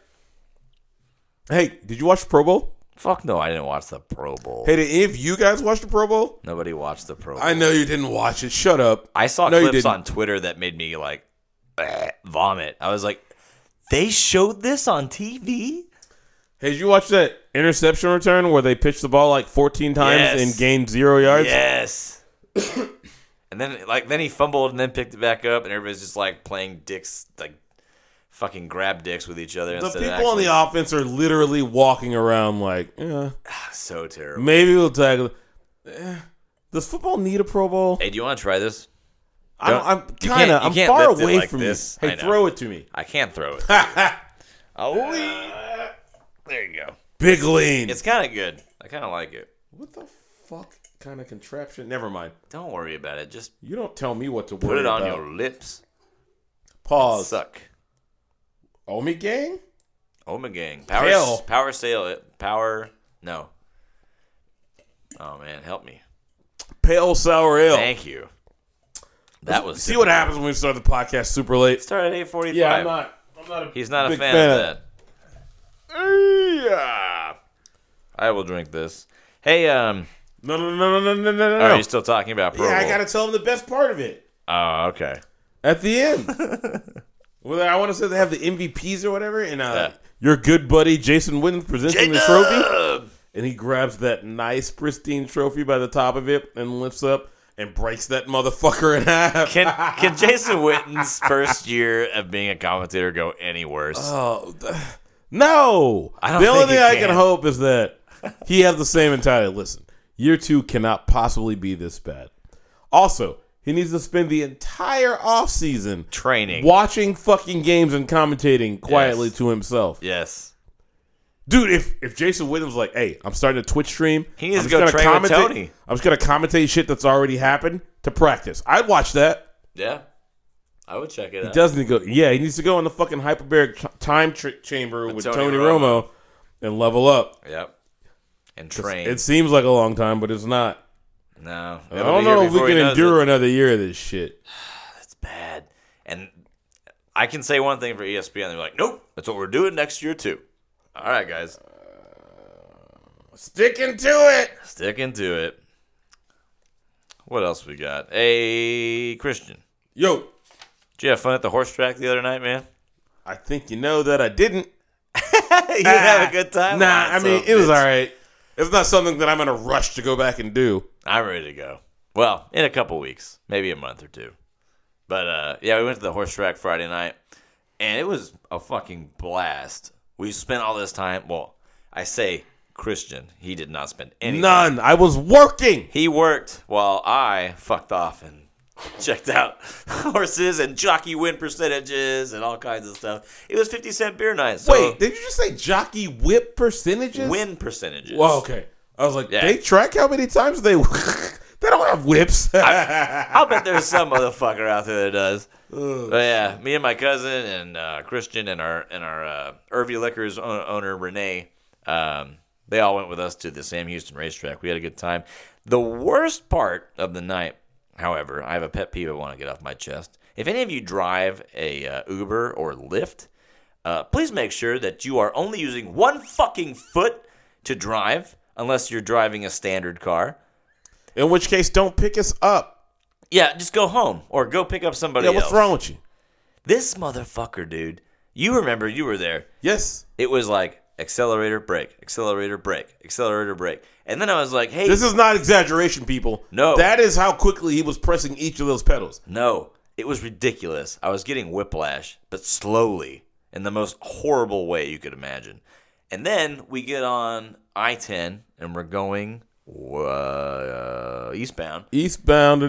Speaker 2: Hey, did you watch the Pro Bowl?
Speaker 1: Fuck no, I didn't watch the Pro Bowl.
Speaker 2: Hey, did any of you guys watch the Pro Bowl?
Speaker 1: Nobody watched the Pro Bowl.
Speaker 2: I know you didn't watch it. Shut up.
Speaker 1: I saw
Speaker 2: No, you
Speaker 1: clips
Speaker 2: didn't.
Speaker 1: on Twitter that made me like vomit. I was like, they showed this on TV?
Speaker 2: Hey, did you watch that interception return where they pitched the ball like 14 times
Speaker 1: Yes.
Speaker 2: and gained zero yards?
Speaker 1: Yes. and then like then he fumbled and then picked it back up and everybody's just like playing dicks like fucking grab dicks with each other
Speaker 2: The
Speaker 1: instead
Speaker 2: people
Speaker 1: of
Speaker 2: on
Speaker 1: actually,
Speaker 2: the offense are literally walking around like, yeah,
Speaker 1: so terrible.
Speaker 2: maybe we'll tackle. Eh, Does football need a Pro Bowl?
Speaker 1: Hey, do you want to try this?
Speaker 2: I'm,
Speaker 1: don't-
Speaker 2: I'm
Speaker 1: you
Speaker 2: kind
Speaker 1: can't-
Speaker 2: of.
Speaker 1: you
Speaker 2: I'm
Speaker 1: can't
Speaker 2: far
Speaker 1: lift it
Speaker 2: away
Speaker 1: like
Speaker 2: from
Speaker 1: this.
Speaker 2: this.
Speaker 1: I
Speaker 2: Hey,
Speaker 1: know.
Speaker 2: throw it to me.
Speaker 1: I can't throw it. oh, there you go.
Speaker 2: Big lean.
Speaker 1: It's kind of good. I kind of like it.
Speaker 2: what the fuck kind of contraption? Never mind.
Speaker 1: Don't worry about it. Just
Speaker 2: You don't tell me what to
Speaker 1: put
Speaker 2: worry
Speaker 1: it on
Speaker 2: about. Oh.
Speaker 1: your lips.
Speaker 2: Pause.
Speaker 1: Suck.
Speaker 2: Omi Oh, gang?
Speaker 1: Oma Gang. Power,
Speaker 2: Hell.
Speaker 1: power sale. it- Power. No. Oh, man. Help me.
Speaker 2: Pale sour ale.
Speaker 1: Thank you. That was.
Speaker 2: Oh. See what happens when we start the podcast super late.
Speaker 1: Started at 8.45.
Speaker 2: not. I'm not a
Speaker 1: He's not a
Speaker 2: big
Speaker 1: fan, of
Speaker 2: fan.
Speaker 1: that. Yeah. I will drink this. Hey, um,
Speaker 2: No, no, no, no, no, no, no,
Speaker 1: are
Speaker 2: no.
Speaker 1: you still talking about Pro
Speaker 2: yeah, I
Speaker 1: Bowl?
Speaker 2: gotta tell them the best part of it
Speaker 1: Oh, okay.
Speaker 2: at the end. Whether I want to say they have the MVPs or whatever, and uh,
Speaker 1: Yeah.
Speaker 2: your good buddy Jason Witten presents him the trophy,
Speaker 1: Jacob!
Speaker 2: and he grabs that nice pristine trophy by the top of it and lifts up and breaks that motherfucker in half.
Speaker 1: Can, can Jason Witten's first year of being a commentator go any worse?
Speaker 2: Oh, th- no.
Speaker 1: I don't
Speaker 2: the only
Speaker 1: think
Speaker 2: thing
Speaker 1: it
Speaker 2: I
Speaker 1: can.
Speaker 2: can hope is that he has the same entire. Listen, year two cannot possibly be this bad. Also, he needs to spend the entire offseason
Speaker 1: Training.
Speaker 2: watching fucking games and commentating quietly
Speaker 1: Yes.
Speaker 2: to himself.
Speaker 1: Yes.
Speaker 2: Dude, if, if Jason Witten was like, hey, I'm starting a Twitch stream.
Speaker 1: He needs
Speaker 2: I'm
Speaker 1: to
Speaker 2: just
Speaker 1: go
Speaker 2: gonna
Speaker 1: train with
Speaker 2: commentate-
Speaker 1: Tony."
Speaker 2: I'm just going to commentate shit that's already happened to practice. I'd watch that.
Speaker 1: Yeah. I would check it out.
Speaker 2: doesn't he go. Yeah, he needs to go in the fucking hyperbaric ch- time tr- chamber with
Speaker 1: Tony
Speaker 2: Tony,
Speaker 1: Romo.
Speaker 2: Romo. and level up.
Speaker 1: Yep. And train.
Speaker 2: It seems like a long time, but it's not.
Speaker 1: no.
Speaker 2: I don't know if we can endure another year of this shit.
Speaker 1: It's bad. And I can say one thing for E ESPN. They're like, nope, that's what we're doing next year, too. All right, guys.
Speaker 2: Sticking to it.
Speaker 1: Sticking to it. What else we got? Hey, Christian.
Speaker 2: Yo,
Speaker 1: Did you have fun at the horse track the other night, man?
Speaker 2: I think you know that I didn't.
Speaker 1: you had a good time?
Speaker 2: Ah, Nah, I
Speaker 1: Lots
Speaker 2: mean
Speaker 1: of
Speaker 2: it was
Speaker 1: bitch.
Speaker 2: all right. It's not something that I'm in a rush to go back and do.
Speaker 1: I'm ready to go. Well, in a couple weeks, maybe a month or two. But uh, yeah, we went to the horse track Friday night, and it was a fucking blast. We spent all this time. Well, I say Christian, he did not spend any. time.
Speaker 2: None. I was working.
Speaker 1: He worked while I fucked off and checked out horses and jockey win percentages and all kinds of stuff. It was fifty cent beer night. So
Speaker 2: Wait, did you just say jockey whip percentages?
Speaker 1: win percentages.
Speaker 2: Well, okay. I was like,
Speaker 1: Yeah.
Speaker 2: they track how many times they. they don't have whips.
Speaker 1: I'll bet there's some motherfucker out there that does. But yeah, me and my cousin and uh, Christian and our and our uh, Irvy Liquors o- owner Renee, um, they all went with us to the Sam Houston racetrack. We had a good time. The worst part of the night, however, I have a pet peeve I want to get off my chest. If any of you drive a uh, Uber or Lyft, uh, please make sure that you are only using one fucking foot to drive, unless you're driving a standard car.
Speaker 2: In which case, don't pick us up.
Speaker 1: Yeah, just go home or go pick up somebody
Speaker 2: Yeah, what's
Speaker 1: else.
Speaker 2: wrong with you?
Speaker 1: This motherfucker, dude. You remember you were there.
Speaker 2: Yes.
Speaker 1: It was like accelerator brake, accelerator brake, accelerator brake. And then I was like, "Hey,
Speaker 2: This is not exaggeration, people.
Speaker 1: No.
Speaker 2: That is how quickly he was pressing each of those pedals.
Speaker 1: no. It was ridiculous. I was getting whiplash, but slowly in the most horrible way you could imagine." And then we get on I-10 and we're going uh, eastbound.
Speaker 2: Eastbound or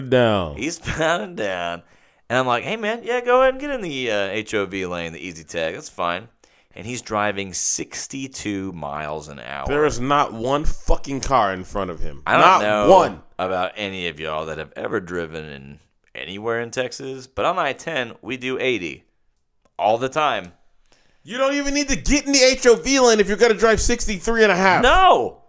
Speaker 2: down.
Speaker 1: eastbound and down. And I'm like, hey man, yeah, go ahead and get in the uh, HOV lane, the easy tag. That's fine. And he's driving 62 miles an hour.
Speaker 2: There is not one fucking car in front of him.
Speaker 1: I don't
Speaker 2: not
Speaker 1: know
Speaker 2: one.
Speaker 1: about any of y'all that have ever driven in anywhere in Texas, but on I-10 we do 80 all the time.
Speaker 2: You don't even need to get in the HOV lane if you're going to drive 63 and a half.
Speaker 1: No.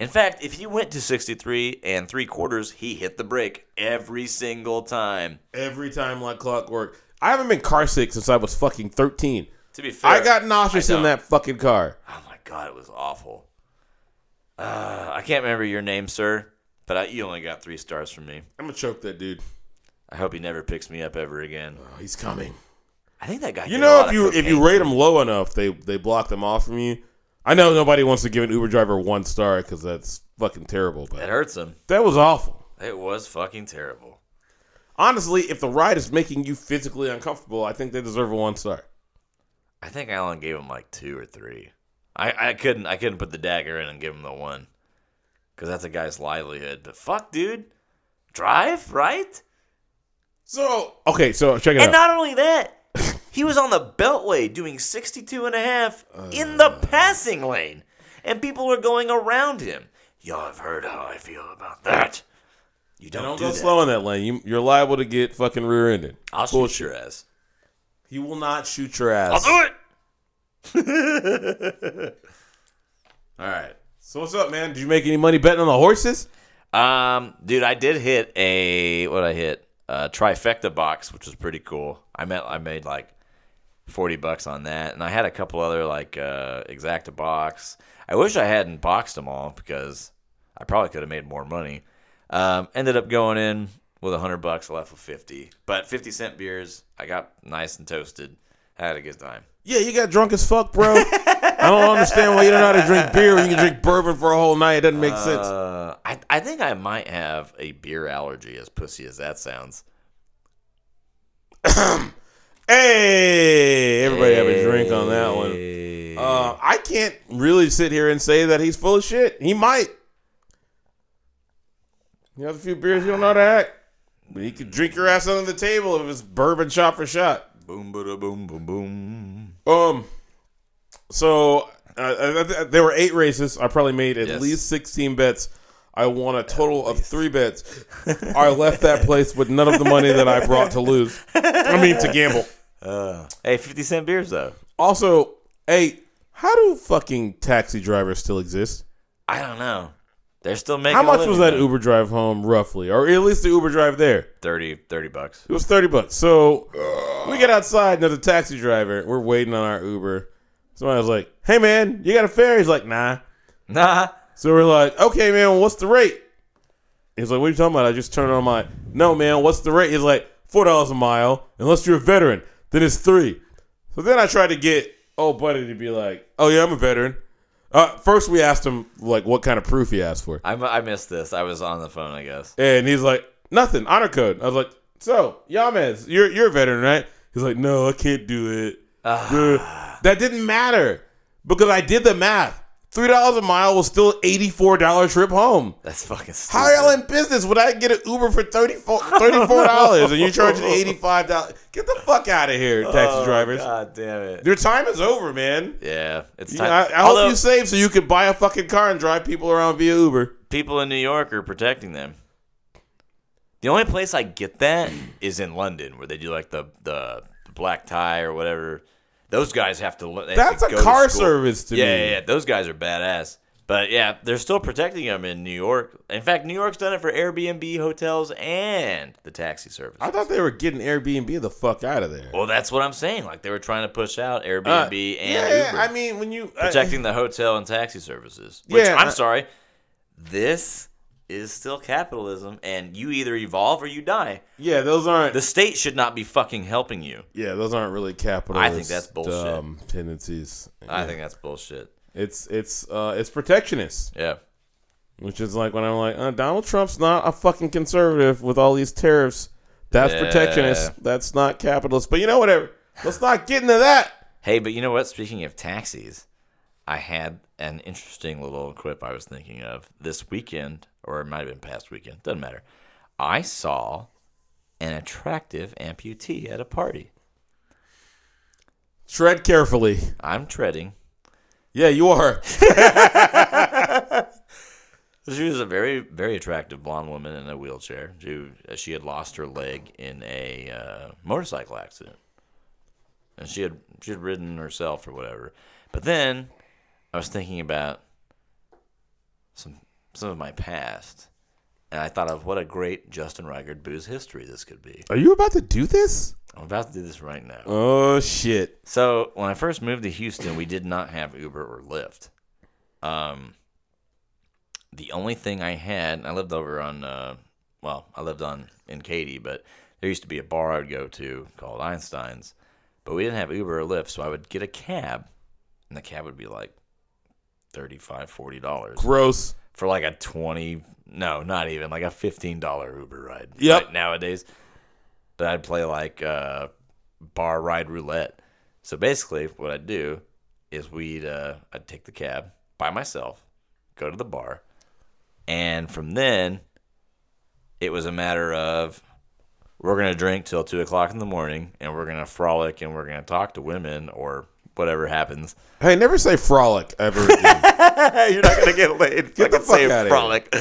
Speaker 1: In fact, if he went to 63 and three quarters, he hit the brake every single time.
Speaker 2: Every time like clockwork. I haven't been car sick since I was fucking 13.
Speaker 1: To be fair,
Speaker 2: I got nauseous
Speaker 1: I
Speaker 2: in
Speaker 1: don't.
Speaker 2: that fucking car.
Speaker 1: Oh my god, it was awful. Uh, I can't remember your name, sir, but I, you only got three stars from me.
Speaker 2: I'm gonna choke that dude.
Speaker 1: I hope he never picks me up ever again.
Speaker 2: Oh, he's coming.
Speaker 1: I think that guy.
Speaker 2: You
Speaker 1: did a
Speaker 2: know,
Speaker 1: lot
Speaker 2: if
Speaker 1: of
Speaker 2: you if
Speaker 1: cocaine.
Speaker 2: you rate them low enough, they they block them off from you. I know nobody wants to give an Uber driver one star because that's fucking terrible.
Speaker 1: that
Speaker 2: But
Speaker 1: hurts him.
Speaker 2: that was awful.
Speaker 1: It was fucking terrible.
Speaker 2: Honestly, if the ride is making you physically uncomfortable, I think they deserve a one star.
Speaker 1: I think I only gave him like two or three. I, I couldn't I couldn't put the dagger in and give him the one, because that's a guy's livelihood. But fuck, dude, drive right.
Speaker 2: So okay, so check it
Speaker 1: And
Speaker 2: out.
Speaker 1: not only that, he was on the beltway doing 62 and a half in the passing lane. And people were going around him. Y'all have heard how I feel about that. You don't,
Speaker 2: Don't
Speaker 1: do
Speaker 2: go
Speaker 1: that.
Speaker 2: slow in that lane. You, you're liable to get fucking rear-ended.
Speaker 1: I'll shoot your ass.
Speaker 2: He will not shoot your
Speaker 1: I'll
Speaker 2: ass.
Speaker 1: do it. All right.
Speaker 2: So what's up, man? Did you make any money betting on the horses?
Speaker 1: Um, dude, I did hit a what I hit a trifecta box, which was pretty cool. I met I made like forty bucks on that, and I had a couple other like uh, exacta box. I wish I hadn't boxed them all because I probably could have made more money. Um, ended up going in with hundred bucks, left with fifty. But fifty cent beers, I got nice and toasted. I had a good time.
Speaker 2: Yeah, you got drunk as fuck, bro. I don't understand why you don't know how to drink beer when you can drink bourbon for a whole night. It doesn't make sense.
Speaker 1: Uh, I I think I might have a beer allergy, as pussy as that sounds.
Speaker 2: Hey, everybody have a drink on that one.
Speaker 1: Hey.
Speaker 2: Uh, I can't really sit here and say that he's full of shit. He might. You have a few beers, you don't know how to act. But he could drink your ass under the table if it's bourbon shot for shot.
Speaker 1: Boom, bada, boom, boom, boom.
Speaker 2: Um, so uh, I- I- there were eight races. I probably made at
Speaker 1: Yes.
Speaker 2: least sixteen bets. I won a total of three bets. I left that place with none of the money that I brought to lose. I mean to gamble. Uh,
Speaker 1: Hey, 50 cent beers, though.
Speaker 2: Also, hey, how do fucking taxi drivers still exist?
Speaker 1: I don't know. They're still making
Speaker 2: How
Speaker 1: a
Speaker 2: much was
Speaker 1: living,
Speaker 2: that
Speaker 1: though.
Speaker 2: Uber drive home roughly, or at least the Uber drive there?
Speaker 1: 30, 30 bucks.
Speaker 2: It was thirty bucks. So we get outside, and there's a taxi driver. We're waiting on our Uber. Somebody was like, "Hey man, you got a fare?" He's like, "Nah."
Speaker 1: Nah.
Speaker 2: So we're like, okay, man, well, what's the rate? He's like, what are you talking about? I just turned on my. No, man, what's the rate? He's like, four dollars a mile, unless you're a veteran. Then it's three. So then I tried to get old buddy to be like, oh yeah, I'm a veteran. Uh, first we asked him like what kind of proof he asked for,
Speaker 1: I, I missed this. I was on the phone, I guess.
Speaker 2: and he's like, nothing, honor code. I was like, so Yamez, you're you're a veteran, right? He's like, no, I can't do it.
Speaker 1: Ah,
Speaker 2: Uh, that didn't matter because I did the math. Three dollars a mile was still eighty four dollar trip home.
Speaker 1: That's fucking stupid.
Speaker 2: How y'all in business? Would I get an Uber for $34 dollars and you're charging $85? Get the fuck out of here, taxi drivers.
Speaker 1: Oh, God damn it.
Speaker 2: Your time is over, man.
Speaker 1: Yeah, it's
Speaker 2: You-
Speaker 1: time.
Speaker 2: I, I
Speaker 1: Although,
Speaker 2: hope you save so you could buy a fucking car and drive people around via Uber.
Speaker 1: people in New York are protecting them. The only place I get that is in London, where they do like the the, the black tie or whatever. Those guys have to. le- they have
Speaker 2: That's
Speaker 1: to
Speaker 2: a
Speaker 1: go to
Speaker 2: car
Speaker 1: school.
Speaker 2: service to
Speaker 1: yeah,
Speaker 2: me.
Speaker 1: yeah, yeah, those guys are badass. But yeah, they're still protecting them in New York. In fact, New York's done it for Airbnb hotels and the taxi service.
Speaker 2: I thought they were getting Airbnb the fuck out of there.
Speaker 1: well, that's what I'm saying. Like they were trying to push out Airbnb
Speaker 2: Uh,
Speaker 1: and
Speaker 2: yeah,
Speaker 1: Uber
Speaker 2: I mean, when you. uh, I-
Speaker 1: protecting the hotel and taxi services. Which
Speaker 2: Yeah,
Speaker 1: I'm
Speaker 2: I-
Speaker 1: sorry, this is still capitalism, and you either evolve or you die.
Speaker 2: yeah, those aren't.
Speaker 1: The state should not be fucking helping you.
Speaker 2: yeah, those aren't really capitalist.
Speaker 1: that's bullshit.
Speaker 2: Um, tendencies.
Speaker 1: I think that's bullshit.
Speaker 2: It's it's uh it's protectionist.
Speaker 1: Yeah,
Speaker 2: Which is like when I'm like, uh, Donald Trump's not a fucking conservative with all these tariffs. That's
Speaker 1: Yeah.
Speaker 2: protectionist. That's not capitalist. But you know, whatever. Let's not get into that.
Speaker 1: Hey, but you know what? Speaking of taxis, I had an interesting little quip I was thinking of this weekend, or it might have been past weekend. Doesn't matter. I saw an attractive amputee at a party.
Speaker 2: Tread carefully.
Speaker 1: I'm treading.
Speaker 2: Yeah, you are.
Speaker 1: She was a very, very attractive blonde woman in a wheelchair. She, she had lost her leg in a uh, motorcycle accident, and she had she had ridden herself or whatever. But then I was thinking about some some of my past, And I thought of what a great Justin Reichard booze history this could be.
Speaker 2: Are you about to do this?
Speaker 1: I'm about to do this right now.
Speaker 2: Oh shit!
Speaker 1: So when I first moved to Houston, we did not have Uber or Lyft. Um, the only thing I had, and I lived over on, uh, well, I lived on in Katy, but there used to be a bar I would go to called Einstein's, but we didn't have Uber or Lyft, so I would get a cab, and the cab would be like $35, 40 dollars
Speaker 2: Gross.
Speaker 1: for like a twenty, no, not even like a fifteen dollar Uber ride.
Speaker 2: Yep.
Speaker 1: like nowadays, but I'd play like uh, bar ride roulette. So basically, what I'd do is we'd uh, I'd take the cab by myself, go to the bar, and from then it was a matter of we're gonna drink till two o'clock in the morning, and we're gonna frolic, and we're gonna talk to women or whatever happens.
Speaker 2: Hey, never say frolic ever again.
Speaker 1: You're not gonna get laid. Get
Speaker 2: the fuck
Speaker 1: say
Speaker 2: outta here.
Speaker 1: frolic.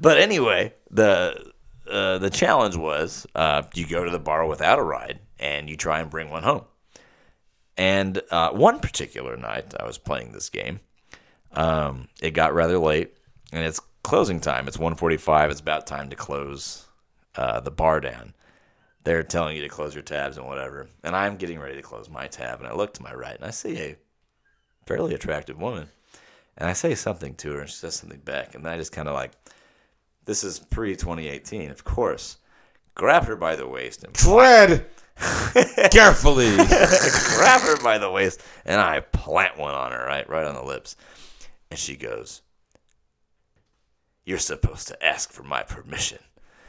Speaker 1: But anyway, the uh, the challenge was uh, you go to the bar without a ride and you try and bring one home. And uh, one particular night, I was playing this game. Um, it got rather late, and it's closing time. It's 1:45. It's about time to close uh, the bar down. They're telling you to close your tabs and whatever. And I'm getting ready to close my tab, and I look to my right, and I see a fairly attractive woman. And I say something to her, and she says something back. And I just kind of like, this is pre 2018, of course. Grab her by the waist and
Speaker 2: Tread carefully.
Speaker 1: grab her by the waist, and I plant one on her, right, right on the lips. And she goes, "You're supposed to ask for my permission."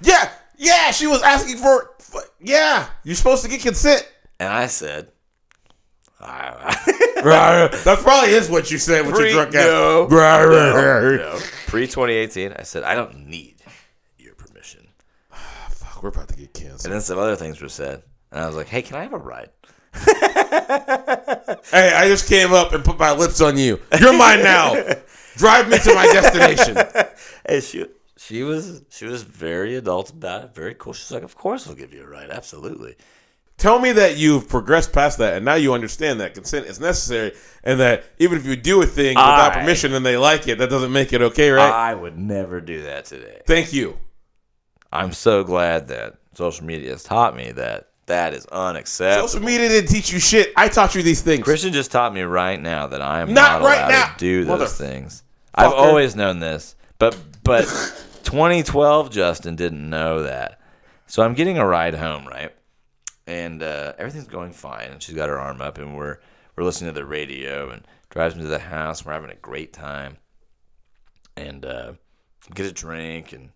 Speaker 2: yeah, yeah. She was asking for. Yeah, you're supposed to get consent.
Speaker 1: And I said, "I-
Speaker 2: That's probably is what you said when
Speaker 1: Pre-
Speaker 2: you drunk
Speaker 1: no.
Speaker 2: ass.
Speaker 1: no, pre 2018." I said, "I don't need your permission."
Speaker 2: Fuck, we're about to get canceled.
Speaker 1: And then some other things were said, and I was like, "Hey, can I have a ride?"
Speaker 2: Hey, I just came up and put my lips on you. You're mine now. Drive me to my destination.
Speaker 1: And she she was she was very adult about it, very cool. She's like, "Of course, I'll give you a ride, absolutely."
Speaker 2: Tell me that you've progressed past that and now you understand that consent is necessary and that even if you do a thing without
Speaker 1: I-
Speaker 2: permission and they like it, that doesn't make it okay, right?
Speaker 1: I would never do that today.
Speaker 2: Thank you.
Speaker 1: I'm so glad that social media has taught me that that is unacceptable.
Speaker 2: Social media didn't teach you shit. I taught you these things.
Speaker 1: Christian just taught me right now that I am
Speaker 2: Not
Speaker 1: not,
Speaker 2: right
Speaker 1: allowed
Speaker 2: now,
Speaker 1: to do those
Speaker 2: motherfucker.
Speaker 1: things. I've always known this, but but 2012 Justin didn't know that. So I'm getting a ride home, right? And uh, everything's going fine. And she's got her arm up, and we're we're listening to the radio, and drives me to the house. We're having a great time, and uh, get a drink, and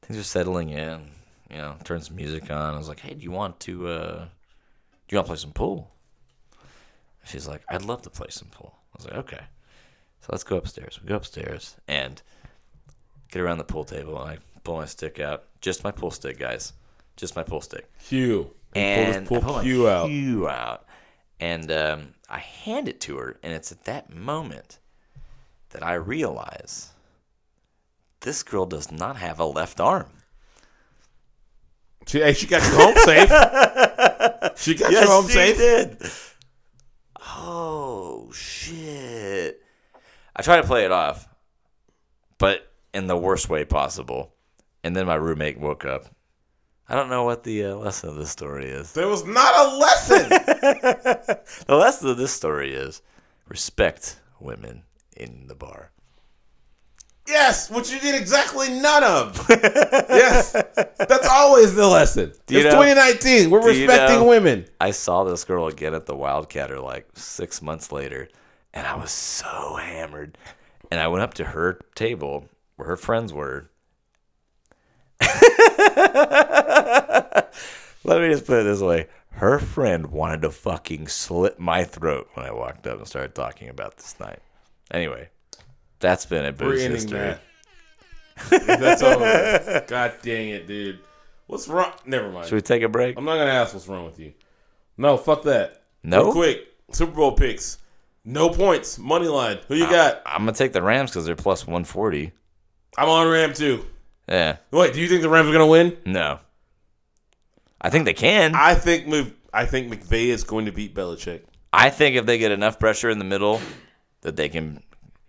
Speaker 1: things are settling in. You know, turn some music on. I was like, "Hey, do you want to uh, do you want to play some pool?" She's like, I'd love to play some pool. I was like, okay. So let's go upstairs. We go upstairs and get around the pool table. And I pull my stick out. Just my pool stick, guys. Just my pool stick.
Speaker 2: Q.
Speaker 1: And
Speaker 2: pull
Speaker 1: I pull
Speaker 2: this
Speaker 1: my
Speaker 2: pull Q out.
Speaker 1: cue out. And um, I hand it to her. And it's at that moment that I realize this girl does not have a left arm.
Speaker 2: She, hey, she got you home safe. She got you home
Speaker 1: she
Speaker 2: safe.
Speaker 1: did. Oh shit! I try to play it off, but in the worst way possible. And then my roommate woke up. I don't know what the uh, lesson of this story is.
Speaker 2: There was not a lesson.
Speaker 1: The lesson of this story is respect women in the bar.
Speaker 2: yes, which you did exactly none of. yes. That's always the lesson.
Speaker 1: you
Speaker 2: it's
Speaker 1: know-
Speaker 2: 2019. We're
Speaker 1: do you
Speaker 2: respecting
Speaker 1: know-
Speaker 2: women.
Speaker 1: I saw this girl again at the Wildcatter like six months later, and I was so hammered. And I went up to her table where her friends were. Let me just put it this way. Her friend wanted to fucking slit my throat when I walked up and started talking about this night. Anyway, that's been a
Speaker 2: We're
Speaker 1: booze
Speaker 2: ending
Speaker 1: history.
Speaker 2: that. That's over. God dang it, dude. What's wrong? Never mind.
Speaker 1: Should we take a break?
Speaker 2: I'm not gonna ask what's wrong with you. No, fuck that.
Speaker 1: No?
Speaker 2: Real quick Super Bowl picks. No points. Money line. Who you
Speaker 1: Ah.
Speaker 2: got?
Speaker 1: I'm gonna take the Rams because they're plus 140.
Speaker 2: I'm on Ram too.
Speaker 1: Yeah,
Speaker 2: Wait, do you think the Rams are gonna win?
Speaker 1: no. I think they can.
Speaker 2: I think move. I think McVay is going to beat Belichick.
Speaker 1: I think if they get enough pressure in the middle, that they can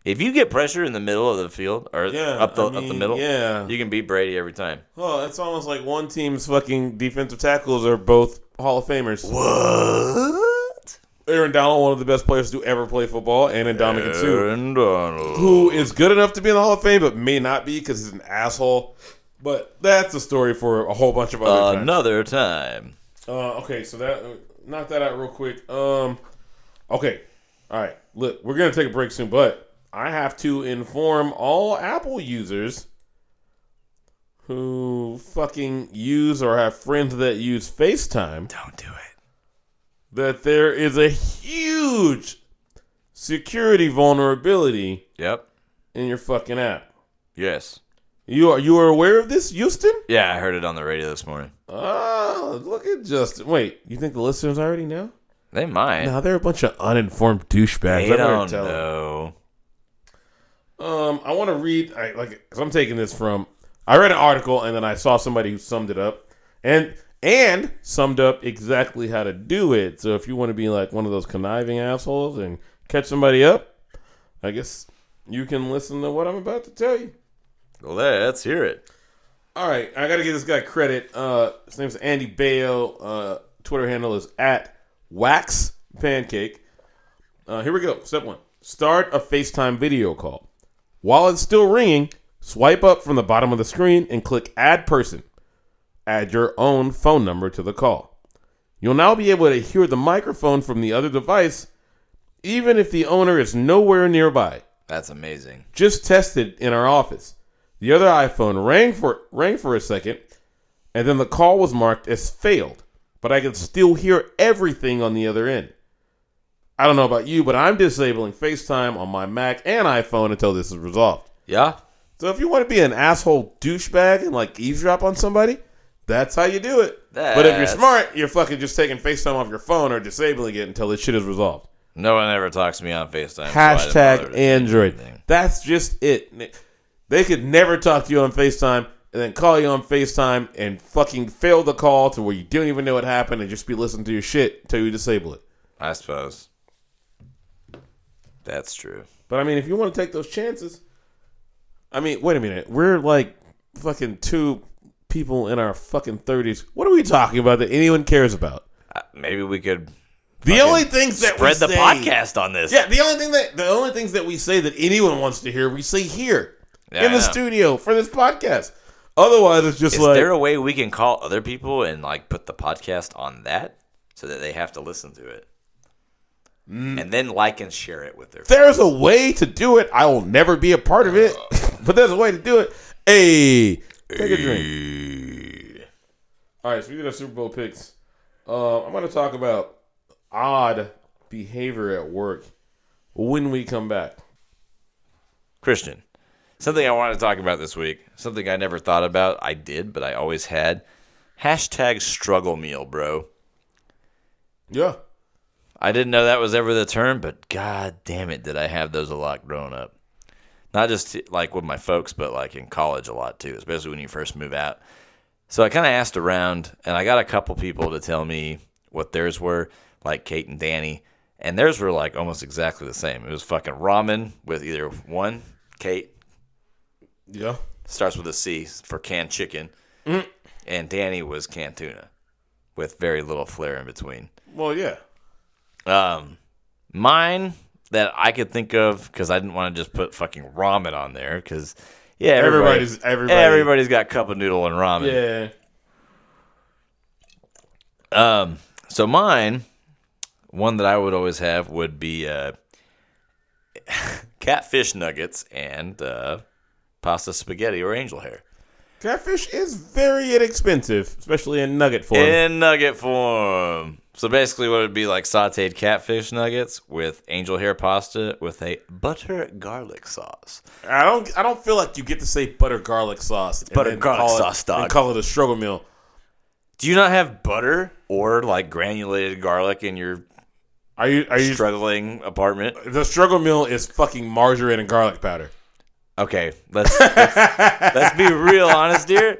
Speaker 1: If you get pressure in the middle of the field or
Speaker 2: Yeah,
Speaker 1: up the
Speaker 2: I
Speaker 1: up the
Speaker 2: mean,
Speaker 1: middle,
Speaker 2: yeah.
Speaker 1: you can beat Brady every time.
Speaker 2: Well, it's Oh, almost like one team's fucking defensive tackles are both Hall of Famers.
Speaker 1: What?
Speaker 2: Aaron Donald, one of the best players to ever play football, and Indominus Sue,
Speaker 1: Aaron Donald.
Speaker 2: who is good enough to be in the Hall of Fame but may not be because he's an asshole. But that's a story for a whole bunch of other times.
Speaker 1: Another time.
Speaker 2: Uh, okay, so that knock that out real quick. Um, okay, all right. Look, we're gonna take a break soon, but I have to inform all Apple users who fucking use or have friends that use FaceTime
Speaker 1: Don't do it.
Speaker 2: that there is a huge security vulnerability
Speaker 1: Yep.
Speaker 2: in your fucking app.
Speaker 1: Yes.
Speaker 2: You are you are aware of this, Houston?
Speaker 1: Yeah, I heard it on the radio this morning.
Speaker 2: Oh, look at Justin. Wait, you think the listeners already know?
Speaker 1: They might.
Speaker 2: Now they're a bunch of uninformed douchebags.
Speaker 1: they
Speaker 2: I better
Speaker 1: don't
Speaker 2: tell them.
Speaker 1: know.
Speaker 2: Um, I want to read I, like because I'm taking this from. I read an article and then I saw somebody who summed it up and and summed up exactly how to do it. So if you want to be like one of those conniving assholes and catch somebody up, I guess you can listen to what I'm about to tell you.
Speaker 1: Let's hear it.
Speaker 2: All right, I got to give this guy credit. Uh, his name's Andy Bale. Uh, Twitter handle is at Wax Pancake. Uh, here we go. Step one: start a FaceTime video call. While it's still ringing, swipe up from the bottom of the screen and click Add Person. Add your own phone number to the call. You'll now be able to hear the microphone from the other device, even if the owner is nowhere nearby
Speaker 1: That's amazing.
Speaker 2: just tested in our office. The other iPhone rang for rang for a second, and then the call was marked as failed, but I could still hear everything on the other end. I don't know about you, but I'm disabling FaceTime on my Mac and iPhone until this is resolved.
Speaker 1: Yeah.
Speaker 2: So if you want to be an asshole douchebag and like eavesdrop on somebody, that's how you do it. But if you're
Speaker 1: That's-
Speaker 2: smart, you're fucking just taking FaceTime off your phone or disabling it until this shit is resolved.
Speaker 1: No one ever talks to me on FaceTime. so I didn't bother
Speaker 2: Hashtag
Speaker 1: to-
Speaker 2: Android.
Speaker 1: anything.
Speaker 2: That's just it. They could never talk to you on FaceTime and then call you on FaceTime and fucking fail the call to where you don't even know what happened and just be listening to your shit until you disable it.
Speaker 1: I suppose. That's true.
Speaker 2: But I mean, if you want to take those chances, I mean, wait a minute. We're like fucking two people in our fucking 30s. What are we talking about that anyone cares about?
Speaker 1: Uh, maybe we could
Speaker 2: The
Speaker 1: Fucking
Speaker 2: only things that
Speaker 1: spread
Speaker 2: we
Speaker 1: the
Speaker 2: say-
Speaker 1: podcast on this.
Speaker 2: Yeah, the only thing that the only things that we say that anyone wants to hear, we say here
Speaker 1: Yeah,
Speaker 2: in the
Speaker 1: I know.
Speaker 2: studio for this podcast. Otherwise, it's just
Speaker 1: Is
Speaker 2: like
Speaker 1: there a way we can call other people and like put the podcast on that so that they have to listen to it?
Speaker 2: Mm.
Speaker 1: And then like and share it with their
Speaker 2: there's a way to do it. I will never be a part of it,
Speaker 1: Uh.
Speaker 2: but there's a way to do it. Hey, take a drink. All right, so we did our Super Bowl picks. Uh, I'm going to talk about odd behavior at work when we come back.
Speaker 1: Christian. Something I wanted to talk about this week. Something I never thought about. I did, but I always had. Hashtag struggle meal, bro.
Speaker 2: Yeah,
Speaker 1: I didn't know that was ever the term, but god damn it, did I have those a lot growing up. Not just like with my folks, but like in college a lot too, especially when you first move out. So I kind of asked around and I got a couple people to tell me what theirs were, like Kate and Danny. And theirs were like almost exactly the same. It was fucking ramen with either one, Kate,
Speaker 2: yeah.
Speaker 1: starts with a C for canned chicken, and Danny was canned tuna with very little flair in between.
Speaker 2: Well, yeah.
Speaker 1: Um, mine that I could think of because I didn't want to just put fucking ramen on there because yeah, everybody,
Speaker 2: Everybody's everybody.
Speaker 1: everybody's got cup of noodle and ramen.
Speaker 2: Yeah.
Speaker 1: Um, so mine, one that I would always have would be uh, catfish nuggets and uh, pasta spaghetti or angel hair
Speaker 2: Catfish is very inexpensive, especially in nugget form.
Speaker 1: in nugget form. So basically, what it'd be like sautéed catfish nuggets with angel hair pasta with a butter garlic sauce.
Speaker 2: I don't. I don't feel like you get to say butter garlic sauce. It's
Speaker 1: butter garlic sauce,
Speaker 2: it,
Speaker 1: dog.
Speaker 2: And call it a struggle meal.
Speaker 1: Do you not have butter or like granulated garlic in your
Speaker 2: Are you? Are you?
Speaker 1: struggling apartment?
Speaker 2: the struggle meal is fucking margarine and garlic powder.
Speaker 1: Okay, let's let's, let's be real honest here.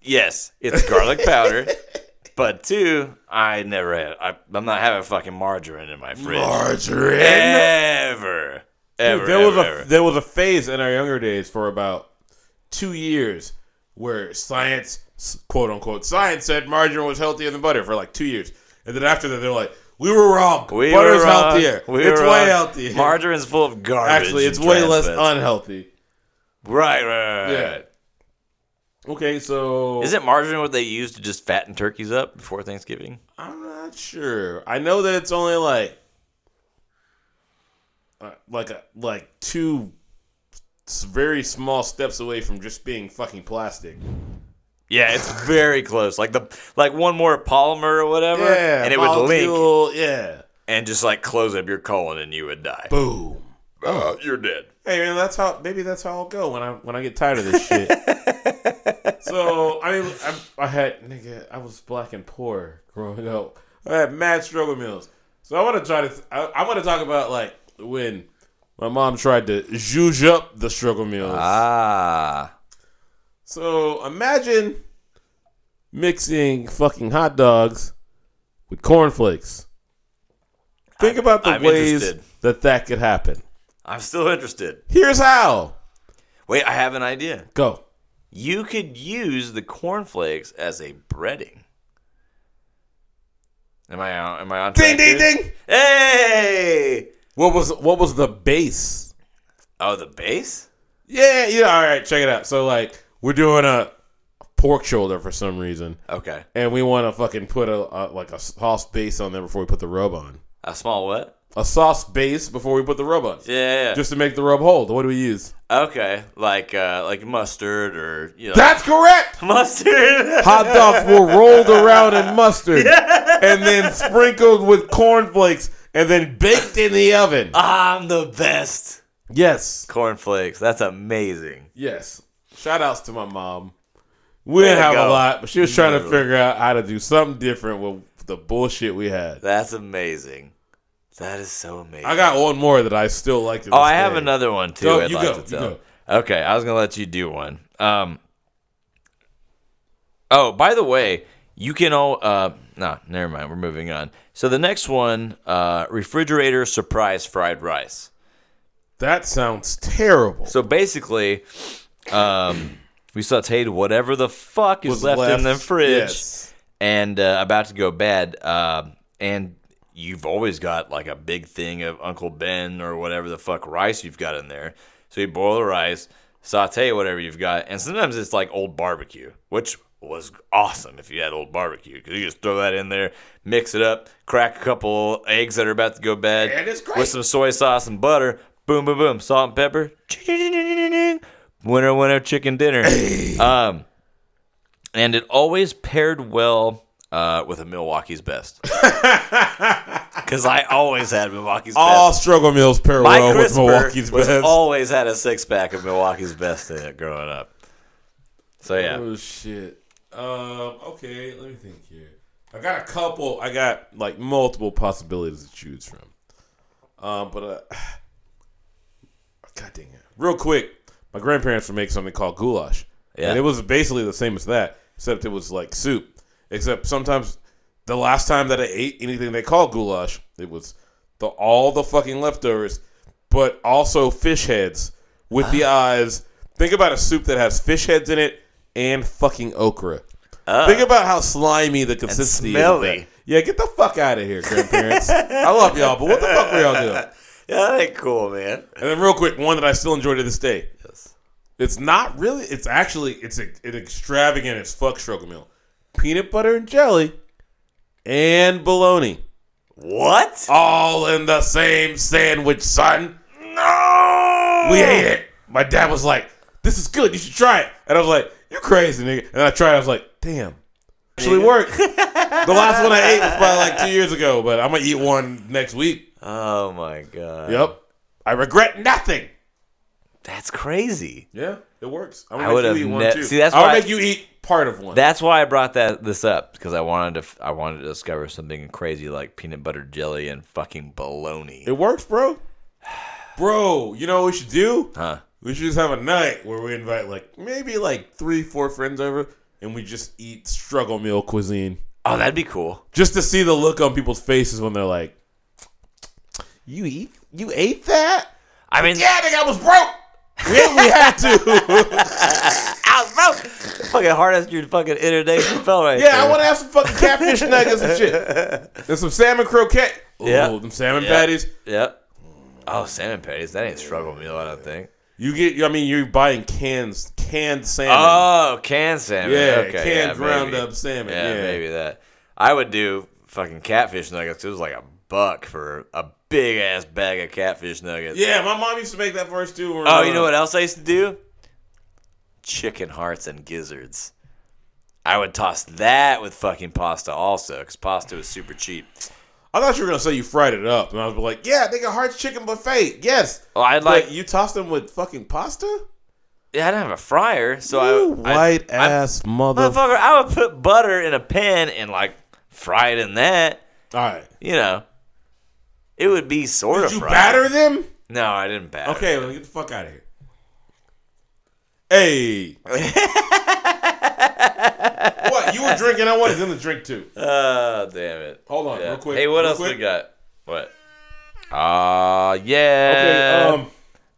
Speaker 1: Yes, it's garlic powder, but two, I never had. I, I'm not having fucking margarine in my fridge
Speaker 2: Margarine.
Speaker 1: ever. Ever,
Speaker 2: Dude, there was
Speaker 1: ever,
Speaker 2: a
Speaker 1: ever.
Speaker 2: there was a phase in our younger days for about two years where science, quote unquote, science said margarine was healthier than butter for like two years, and then after that they're like, we were wrong.
Speaker 1: We
Speaker 2: Butter's
Speaker 1: were wrong.
Speaker 2: healthier.
Speaker 1: We
Speaker 2: it's
Speaker 1: were
Speaker 2: way
Speaker 1: wrong.
Speaker 2: healthier.
Speaker 1: Margarine's full of garbage.
Speaker 2: Actually, it's
Speaker 1: and
Speaker 2: way
Speaker 1: trans
Speaker 2: less
Speaker 1: fats.
Speaker 2: unhealthy.
Speaker 1: right, right, right,
Speaker 2: Yeah.
Speaker 1: right.
Speaker 2: Okay, so
Speaker 1: Isn't margarine what they use to just fatten turkeys up before Thanksgiving?
Speaker 2: I'm not sure. I know that it's only like uh, like a, like two s- very small steps away from just being fucking plastic.
Speaker 1: Yeah, it's very close. Like the like one more polymer or whatever, and it would link
Speaker 2: molecule, Yeah.
Speaker 1: and just like close up your colon, and you would die.
Speaker 2: Boom.
Speaker 1: Uh, you're dead.
Speaker 2: Hey man, that's how maybe that's how I'll go when I when I get tired of this shit. so I mean, I, I had nigga, I was black and poor growing up. I had mad struggle meals. So I want to try to I, I want to talk about like when my mom tried to juice up the struggle meals.
Speaker 1: Ah,
Speaker 2: So imagine mixing fucking hot dogs with cornflakes. Think about the
Speaker 1: I'm
Speaker 2: ways
Speaker 1: interested.
Speaker 2: that that could happen.
Speaker 1: I'm still interested.
Speaker 2: Here's how.
Speaker 1: Wait, I have an idea.
Speaker 2: Go.
Speaker 1: You could use the cornflakes as a breading. Am I on? Am I on? track
Speaker 2: Ding ding
Speaker 1: here?
Speaker 2: ding.
Speaker 1: Hey!
Speaker 2: What was what was the base?
Speaker 1: Oh, the base?
Speaker 2: Yeah, yeah. All right, check it out. So like we're doing a pork shoulder for some reason,
Speaker 1: Okay.
Speaker 2: and we want to fucking put a, a like a sauce base on there before we put the rub on.
Speaker 1: A small what?
Speaker 2: A sauce base before we put the rub on,
Speaker 1: Yeah, Yeah. yeah.
Speaker 2: just to make the rub hold. What do we use?
Speaker 1: okay. Like uh like mustard or you know
Speaker 2: That's correct.
Speaker 1: mustard.
Speaker 2: Hot dogs were rolled around in mustard, and then sprinkled with cornflakes, and then baked in the oven.
Speaker 1: I'm the best.
Speaker 2: Yes,
Speaker 1: Cornflakes. That's amazing.
Speaker 2: yes. Shout outs to my mom. We didn't
Speaker 1: to
Speaker 2: have a
Speaker 1: go.
Speaker 2: lot, but she was trying to
Speaker 1: Literally.
Speaker 2: figure out how to do something different with the bullshit we had.
Speaker 1: That's amazing. That is so amazing.
Speaker 2: I got one more that I still like. To
Speaker 1: oh,
Speaker 2: this
Speaker 1: I have
Speaker 2: day.
Speaker 1: another one too.
Speaker 2: Go,
Speaker 1: I'd
Speaker 2: you
Speaker 1: like
Speaker 2: go,
Speaker 1: to
Speaker 2: you
Speaker 1: tell.
Speaker 2: go.
Speaker 1: Okay, I was gonna let you do one. Um. Oh, by the way, you can all. Uh, no, never mind. We're moving on. So the next one, uh, refrigerator surprise fried rice.
Speaker 2: That sounds terrible.
Speaker 1: So basically, um, we sauteed whatever the fuck is
Speaker 2: Was
Speaker 1: left, in the fridge
Speaker 2: Yes.
Speaker 1: and uh, about to go bad. Uh, and you've always got like a big thing of Uncle Ben or whatever the fuck rice you've got in there. So you boil the rice, saute whatever you've got, and sometimes it's like old barbecue, which was awesome if you had old barbecue because you just throw that in there, mix it up, crack a couple eggs that are about to go bad
Speaker 2: And it's great.
Speaker 1: with some soy sauce and butter. Boom, boom, boom, salt and pepper. Winner, winner, chicken dinner. Um, and it always paired well uh, with a Milwaukee's best. Because I always had Milwaukee's
Speaker 2: All
Speaker 1: best.
Speaker 2: struggle meals pair
Speaker 1: My
Speaker 2: well with
Speaker 1: crisper
Speaker 2: Milwaukee's
Speaker 1: was
Speaker 2: best.
Speaker 1: always had a six pack of Milwaukee's best in it growing up. So yeah,
Speaker 2: Oh shit. Um. Okay. Let me think here. I got a couple. I got like multiple possibilities to choose from. Um. But uh, God dang it. Real quick, my grandparents would make something called goulash.
Speaker 1: Yeah.
Speaker 2: And it was basically the same as that, except it was like soup. Except sometimes the last time that I ate anything they called goulash, it was the all the fucking leftovers, but also fish heads with the
Speaker 1: Ah.
Speaker 2: eyes. Think about a soup that has fish heads in it and fucking okra. Think about how slimy the consistency is.
Speaker 1: Ah. smelly.
Speaker 2: of that. Yeah, get the fuck out of here, grandparents. I love y'all, but what the fuck were y'all doing?
Speaker 1: yeah, that ain't cool, man.
Speaker 2: And then real quick, one that I still enjoy to this day.
Speaker 1: Yes.
Speaker 2: It's not really. It's actually it's a, an extravagant as fuck struggle meal. Peanut butter and jelly, and bologna,
Speaker 1: What?
Speaker 2: all in the same sandwich. Son,
Speaker 1: No,
Speaker 2: we ate it. My dad was like, "This is good. You should try it." And I was like, "You crazy nigga?" And I tried. it. I was like, "Damn, actually worked." the last one I ate was probably like two years ago, but I'm gonna eat one next week.
Speaker 1: Oh my god,
Speaker 2: Yep, I regret nothing.
Speaker 1: that's crazy.
Speaker 2: Yeah, it works. I'm
Speaker 1: I would have ne- See, that's
Speaker 2: I'll
Speaker 1: why I-
Speaker 2: make you eat part of one.
Speaker 1: That's why I brought that this up because I wanted to. I wanted to discover something crazy like peanut butter jelly and fucking bologna.
Speaker 2: it works, bro. Bro, you know what we should do?
Speaker 1: Huh.
Speaker 2: We should just have a night where we invite like maybe like three, four friends over, and we just eat struggle meal cuisine
Speaker 1: Oh, that'd be cool.
Speaker 2: just to see the look on people's faces when they're like, "You eat, you ate that."
Speaker 1: I mean,
Speaker 2: Yeah, nigga, I was broke. We we had to.
Speaker 1: out, bro. fucking hard ass dude, fucking international fell right
Speaker 2: yeah, I
Speaker 1: there.
Speaker 2: want to have some fucking catfish nuggets and shit, and some salmon croquette. Ooh,
Speaker 1: Yeah.
Speaker 2: them salmon
Speaker 1: Yep.
Speaker 2: patties.
Speaker 1: Yep. Oh, salmon patties. That ain't struggle meal, I don't think.
Speaker 2: You get. I mean, you're buying cans, canned salmon.
Speaker 1: Oh, canned salmon.
Speaker 2: yeah,
Speaker 1: okay,
Speaker 2: canned
Speaker 1: yeah,
Speaker 2: ground
Speaker 1: maybe.
Speaker 2: up salmon.
Speaker 1: Yeah,
Speaker 2: Yeah,
Speaker 1: maybe that. I would do fucking catfish nuggets. It was like a buck for a big ass bag of catfish nuggets.
Speaker 2: Yeah, my mom used to make that for us too. when uh, we
Speaker 1: Oh,
Speaker 2: were
Speaker 1: you know what
Speaker 2: young.
Speaker 1: else I used to do? Chicken hearts and gizzards. I would toss that with fucking pasta also, because pasta was super cheap.
Speaker 2: I thought you were gonna say you fried it up, and I was like, yeah, nigga, hearts chicken buffet. Yes.
Speaker 1: Oh, I'd
Speaker 2: Like
Speaker 1: like,
Speaker 2: you tossed them with fucking pasta.
Speaker 1: yeah, I didn't have a fryer, so
Speaker 2: You
Speaker 1: I I-
Speaker 2: white
Speaker 1: I-
Speaker 2: ass mother.
Speaker 1: motherfucker, I would put butter in a pan and like fry it in that.
Speaker 2: All right.
Speaker 1: You know, it would be sort
Speaker 2: Did
Speaker 1: of
Speaker 2: you
Speaker 1: fried.
Speaker 2: batter them?
Speaker 1: No, I didn't batter.
Speaker 2: Okay, well, get the fuck out of here. Hey. what? You were drinking. I was in the drink too.
Speaker 1: Oh, damn it.
Speaker 2: Hold on,
Speaker 1: Yeah.
Speaker 2: real quick.
Speaker 1: Hey, what
Speaker 2: real
Speaker 1: else
Speaker 2: quick.
Speaker 1: we got? What? Ah, yeah. Uh,
Speaker 2: Okay, um,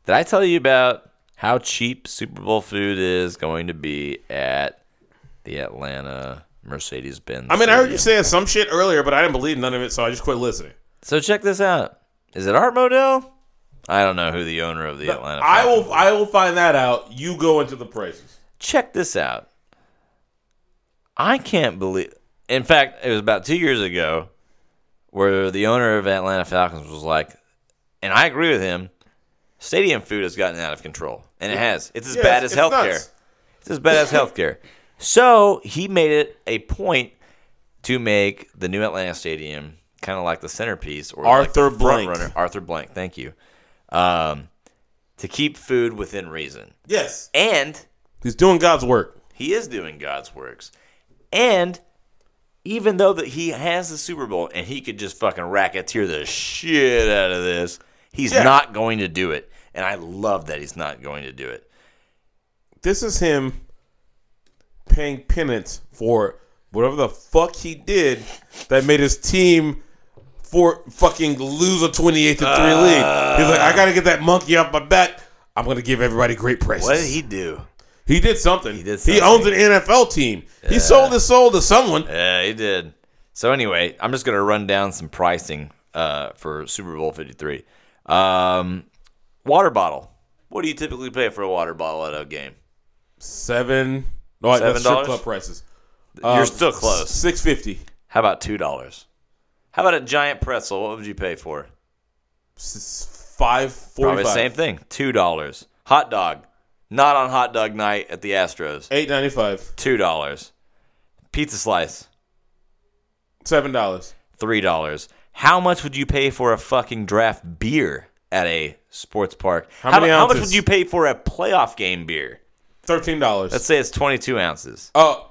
Speaker 1: Did I tell you about how cheap Super Bowl food is going to be at the Atlanta Mercedes Benz?
Speaker 2: I mean, I heard you saying some shit earlier, but I didn't believe none of it, so I just quit listening.
Speaker 1: So check this out. Is it Art Modell? I don't know who the owner of the Atlanta.
Speaker 2: I
Speaker 1: Falcons
Speaker 2: will. I will find that out. You go into the prices.
Speaker 1: check this out. I can't believe. In fact, it was about two years ago where the owner of Atlanta Falcons was like, and I agree with him. Stadium food has gotten out of control, and it has. It's as
Speaker 2: Yeah,
Speaker 1: bad as
Speaker 2: it's- it's
Speaker 1: healthcare.
Speaker 2: nuts.
Speaker 1: It's as bad as healthcare. So he made it a point to make the new Atlanta Stadium kind of like the centerpiece or like the
Speaker 2: Arthur
Speaker 1: front
Speaker 2: Blank.
Speaker 1: runner. Arthur Blank, thank you. Um, to keep food within reason,
Speaker 2: Yes,
Speaker 1: and
Speaker 2: he's doing God's work.
Speaker 1: he is doing God's works. And even though that he has the Super Bowl and he could just fucking racketeer the shit out of this, he's
Speaker 2: Yeah.
Speaker 1: not going to do it. And I love that he's not going to do it.
Speaker 2: This is him paying penance for whatever the fuck he did that made his team for fucking lose a twenty-eight to three
Speaker 1: Uh.
Speaker 2: lead. He's like, I gotta get that monkey off my back. I'm gonna give everybody great praises.
Speaker 1: What did he do?
Speaker 2: He did something. He
Speaker 1: did
Speaker 2: He
Speaker 1: something.
Speaker 2: owns an NFL team. He sold his soul to someone.
Speaker 1: Yeah, Uh, he did. So anyway, I'm just gonna run down some pricing uh, for Super Bowl 53. Um, water bottle. What do you typically pay for a water bottle at a game?
Speaker 2: Seven. No, wait, that's strip
Speaker 1: $7?
Speaker 2: club prices. Um,
Speaker 1: You're still close.
Speaker 2: Six fifty.
Speaker 1: How about two dollars? How about a giant pretzel? What would you pay for?
Speaker 2: Five
Speaker 1: Probably
Speaker 2: forty-five.
Speaker 1: the same thing. Two dollars. Hot dog. Not on hot dog night at the Astros.
Speaker 2: Eight ninety-five.
Speaker 1: Two dollars. Pizza slice.
Speaker 2: Seven dollars.
Speaker 1: Three dollars. How much would you pay for a fucking draft beer at a sports park?
Speaker 2: How many
Speaker 1: much
Speaker 2: ounces?
Speaker 1: would you pay for a playoff game beer?
Speaker 2: Thirteen dollars.
Speaker 1: Let's say it's twenty-two ounces.
Speaker 2: Oh,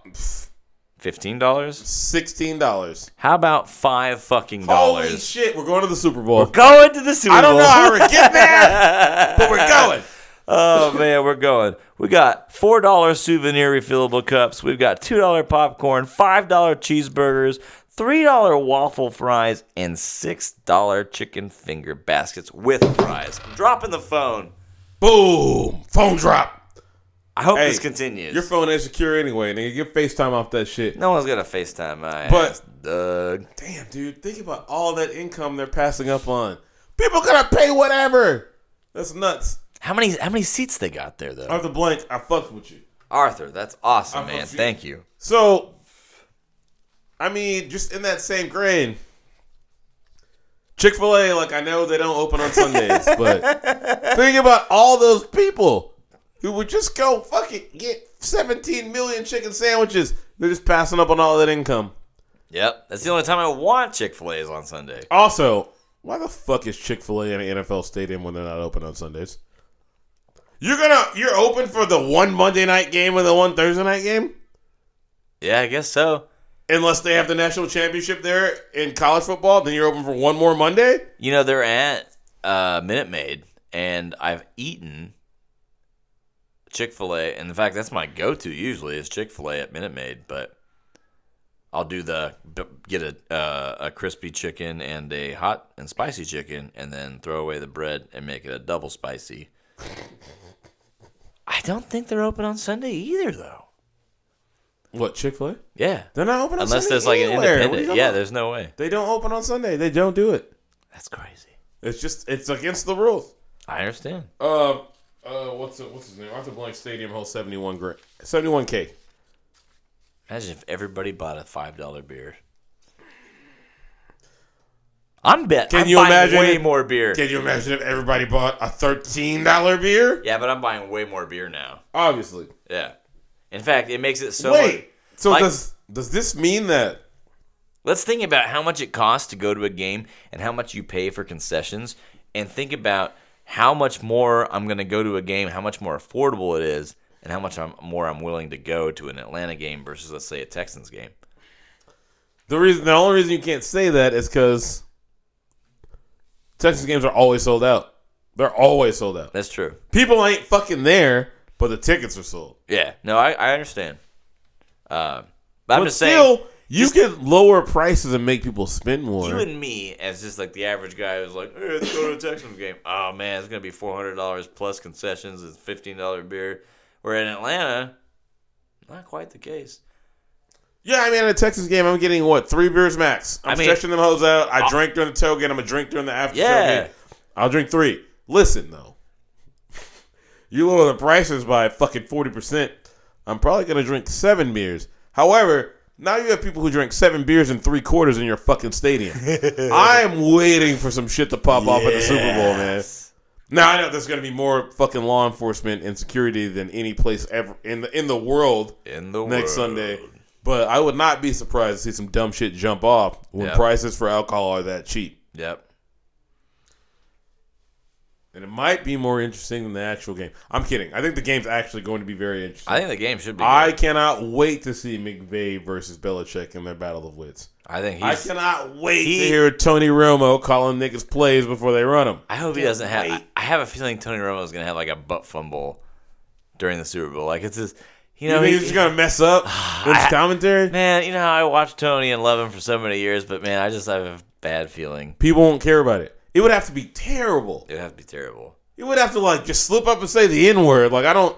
Speaker 1: Fifteen dollars.
Speaker 2: sixteen dollars.
Speaker 1: How about five fucking
Speaker 2: Holy
Speaker 1: dollars?
Speaker 2: shit! We're going to the Super Bowl.
Speaker 1: Going to the Super Bowl.
Speaker 2: I don't know how we're getting there, but we're going.
Speaker 1: Oh man, we're going. We got four dollar souvenir refillable cups. We've got two dollar popcorn, five dollar cheeseburgers, three dollar waffle fries, and six dollar chicken finger baskets with fries. I'm dropping the phone.
Speaker 2: Boom! Phone drop.
Speaker 1: I hope
Speaker 2: Hey,
Speaker 1: this continues.
Speaker 2: Your phone ain't secure anyway, nigga. Get FaceTime off that shit.
Speaker 1: no one's gonna Facetime my
Speaker 2: But-
Speaker 1: ass, Doug.
Speaker 2: Damn, dude. Think about all that income they're passing up on. People gonna pay whatever. That's nuts.
Speaker 1: How many how many seats they got there though?
Speaker 2: Arthur Blank, I fucked with you.
Speaker 1: Arthur, that's awesome,
Speaker 2: I'm
Speaker 1: man.
Speaker 2: confused.
Speaker 1: Thank you.
Speaker 2: So, I mean, just in that same grain, Chick Fil A. Like I know they don't open on Sundays, but think about all those people who would just go fucking get 17 million chicken sandwiches. They're just passing up on all that income.
Speaker 1: Yep, that's the only time I want Chick Fil A is on Sunday.
Speaker 2: Also, why the fuck is Chick Fil A in an NFL stadium when they're not open on Sundays? You're gonna you're open for the one Monday night game and the one Thursday night game.
Speaker 1: Yeah, I guess so.
Speaker 2: unless they have the national championship there in college football, then you're open for one more Monday.
Speaker 1: You know, they're at uh, Minute Maid, and I've eaten Chick fil A. And in fact, that's my go to usually is Chick fil A at Minute Maid. But I'll do the b- get a uh, a crispy chicken and a hot and spicy chicken, and then throw away the bread and make it a double spicy. I don't think they're open on Sunday either, though.
Speaker 2: What Chick Fil A?
Speaker 1: Yeah,
Speaker 2: They're not open on
Speaker 1: unless
Speaker 2: Sunday
Speaker 1: there's like an
Speaker 2: anywhere. What are you
Speaker 1: independent.
Speaker 2: talking
Speaker 1: Yeah,
Speaker 2: about?
Speaker 1: there's no way.
Speaker 2: they don't open on Sunday. They don't do it.
Speaker 1: That's crazy.
Speaker 2: It's just it's against the rules.
Speaker 1: I understand.
Speaker 2: Uh, uh, what's the, what's his name? Arthur Blank Stadium holds seventy one grand, seventy one k.
Speaker 1: Imagine if everybody bought a five dollar beer. I'm bet.
Speaker 2: Can
Speaker 1: I'm
Speaker 2: you
Speaker 1: buying
Speaker 2: imagine
Speaker 1: way
Speaker 2: it-
Speaker 1: more beer?
Speaker 2: Can you imagine if everybody bought a thirteen dollar beer?
Speaker 1: yeah, but I'm buying way more beer now.
Speaker 2: Obviously.
Speaker 1: Yeah. In fact, it makes it so. much-
Speaker 2: Wait. So
Speaker 1: like-
Speaker 2: does does this mean that
Speaker 1: Let's think about how much it costs to go to a game and how much you pay for concessions, and think about how much more I'm going to go to a game, how much more affordable it is, and how much I'm, more I'm willing to go to an Atlanta game versus, let's say, a Texans game.
Speaker 2: the reason the only reason you can't say that is because Texas games are always sold out. They're always sold out.
Speaker 1: That's true.
Speaker 2: People ain't fucking there, but the tickets are sold.
Speaker 1: Yeah. No, I, I understand. Uh, but I'm
Speaker 2: But
Speaker 1: just saying,
Speaker 2: still, you can lower prices and make people spend more.
Speaker 1: you and me, as just like the average guy who's like, hey, let's go to a Texans game. Oh, man, it's going to be $400 plus concessions and $15 beer. Where in Atlanta, not quite the case.
Speaker 2: Yeah, I mean, at a Texas game, I'm getting what three beers max. I'm
Speaker 1: I mean- uh,
Speaker 2: stretching them hoes out. I drank during the tailgate. I'm gonna drink during the after
Speaker 1: Yeah.
Speaker 2: tailgate. I'll drink three. Listen though, you lower the prices by fucking forty percent. I'm probably gonna drink seven beers. However, now you have people who drink seven beers and three quarters in your fucking stadium. I am waiting for some shit to pop off at the Super Bowl, man. Now I know there's gonna be more fucking law enforcement and security than any place ever in the in the world
Speaker 1: in the
Speaker 2: next
Speaker 1: world.
Speaker 2: Sunday. But I would not be surprised to see some dumb shit jump off when
Speaker 1: Yeah.
Speaker 2: prices for alcohol are that cheap.
Speaker 1: Yep.
Speaker 2: And it might be more interesting than the actual game. I'm kidding. I think the game's actually going to be very interesting.
Speaker 1: I think the game should be.
Speaker 2: I,
Speaker 1: I,
Speaker 2: cannot wait to see McVay versus Belichick in their battle of wits.
Speaker 1: I think
Speaker 2: I
Speaker 1: he's. I,
Speaker 2: cannot wait to
Speaker 1: he-
Speaker 2: hear Tony Romo calling niggas plays before they run them.
Speaker 1: hope he doesn't have. I, I have a feeling Tony Romo is going to have like a butt fumble during the Super Bowl. Like it's his. You
Speaker 2: You
Speaker 1: know,
Speaker 2: think
Speaker 1: he-
Speaker 2: he's just gonna mess up with his commentary?
Speaker 1: man. You know how I watched Tony and love him for so many years, but man, I just have a bad feeling.
Speaker 2: People won't care about it. It would have to be terrible.
Speaker 1: It would have to be terrible.
Speaker 2: You would have to like just slip up and say the N word. Like I don't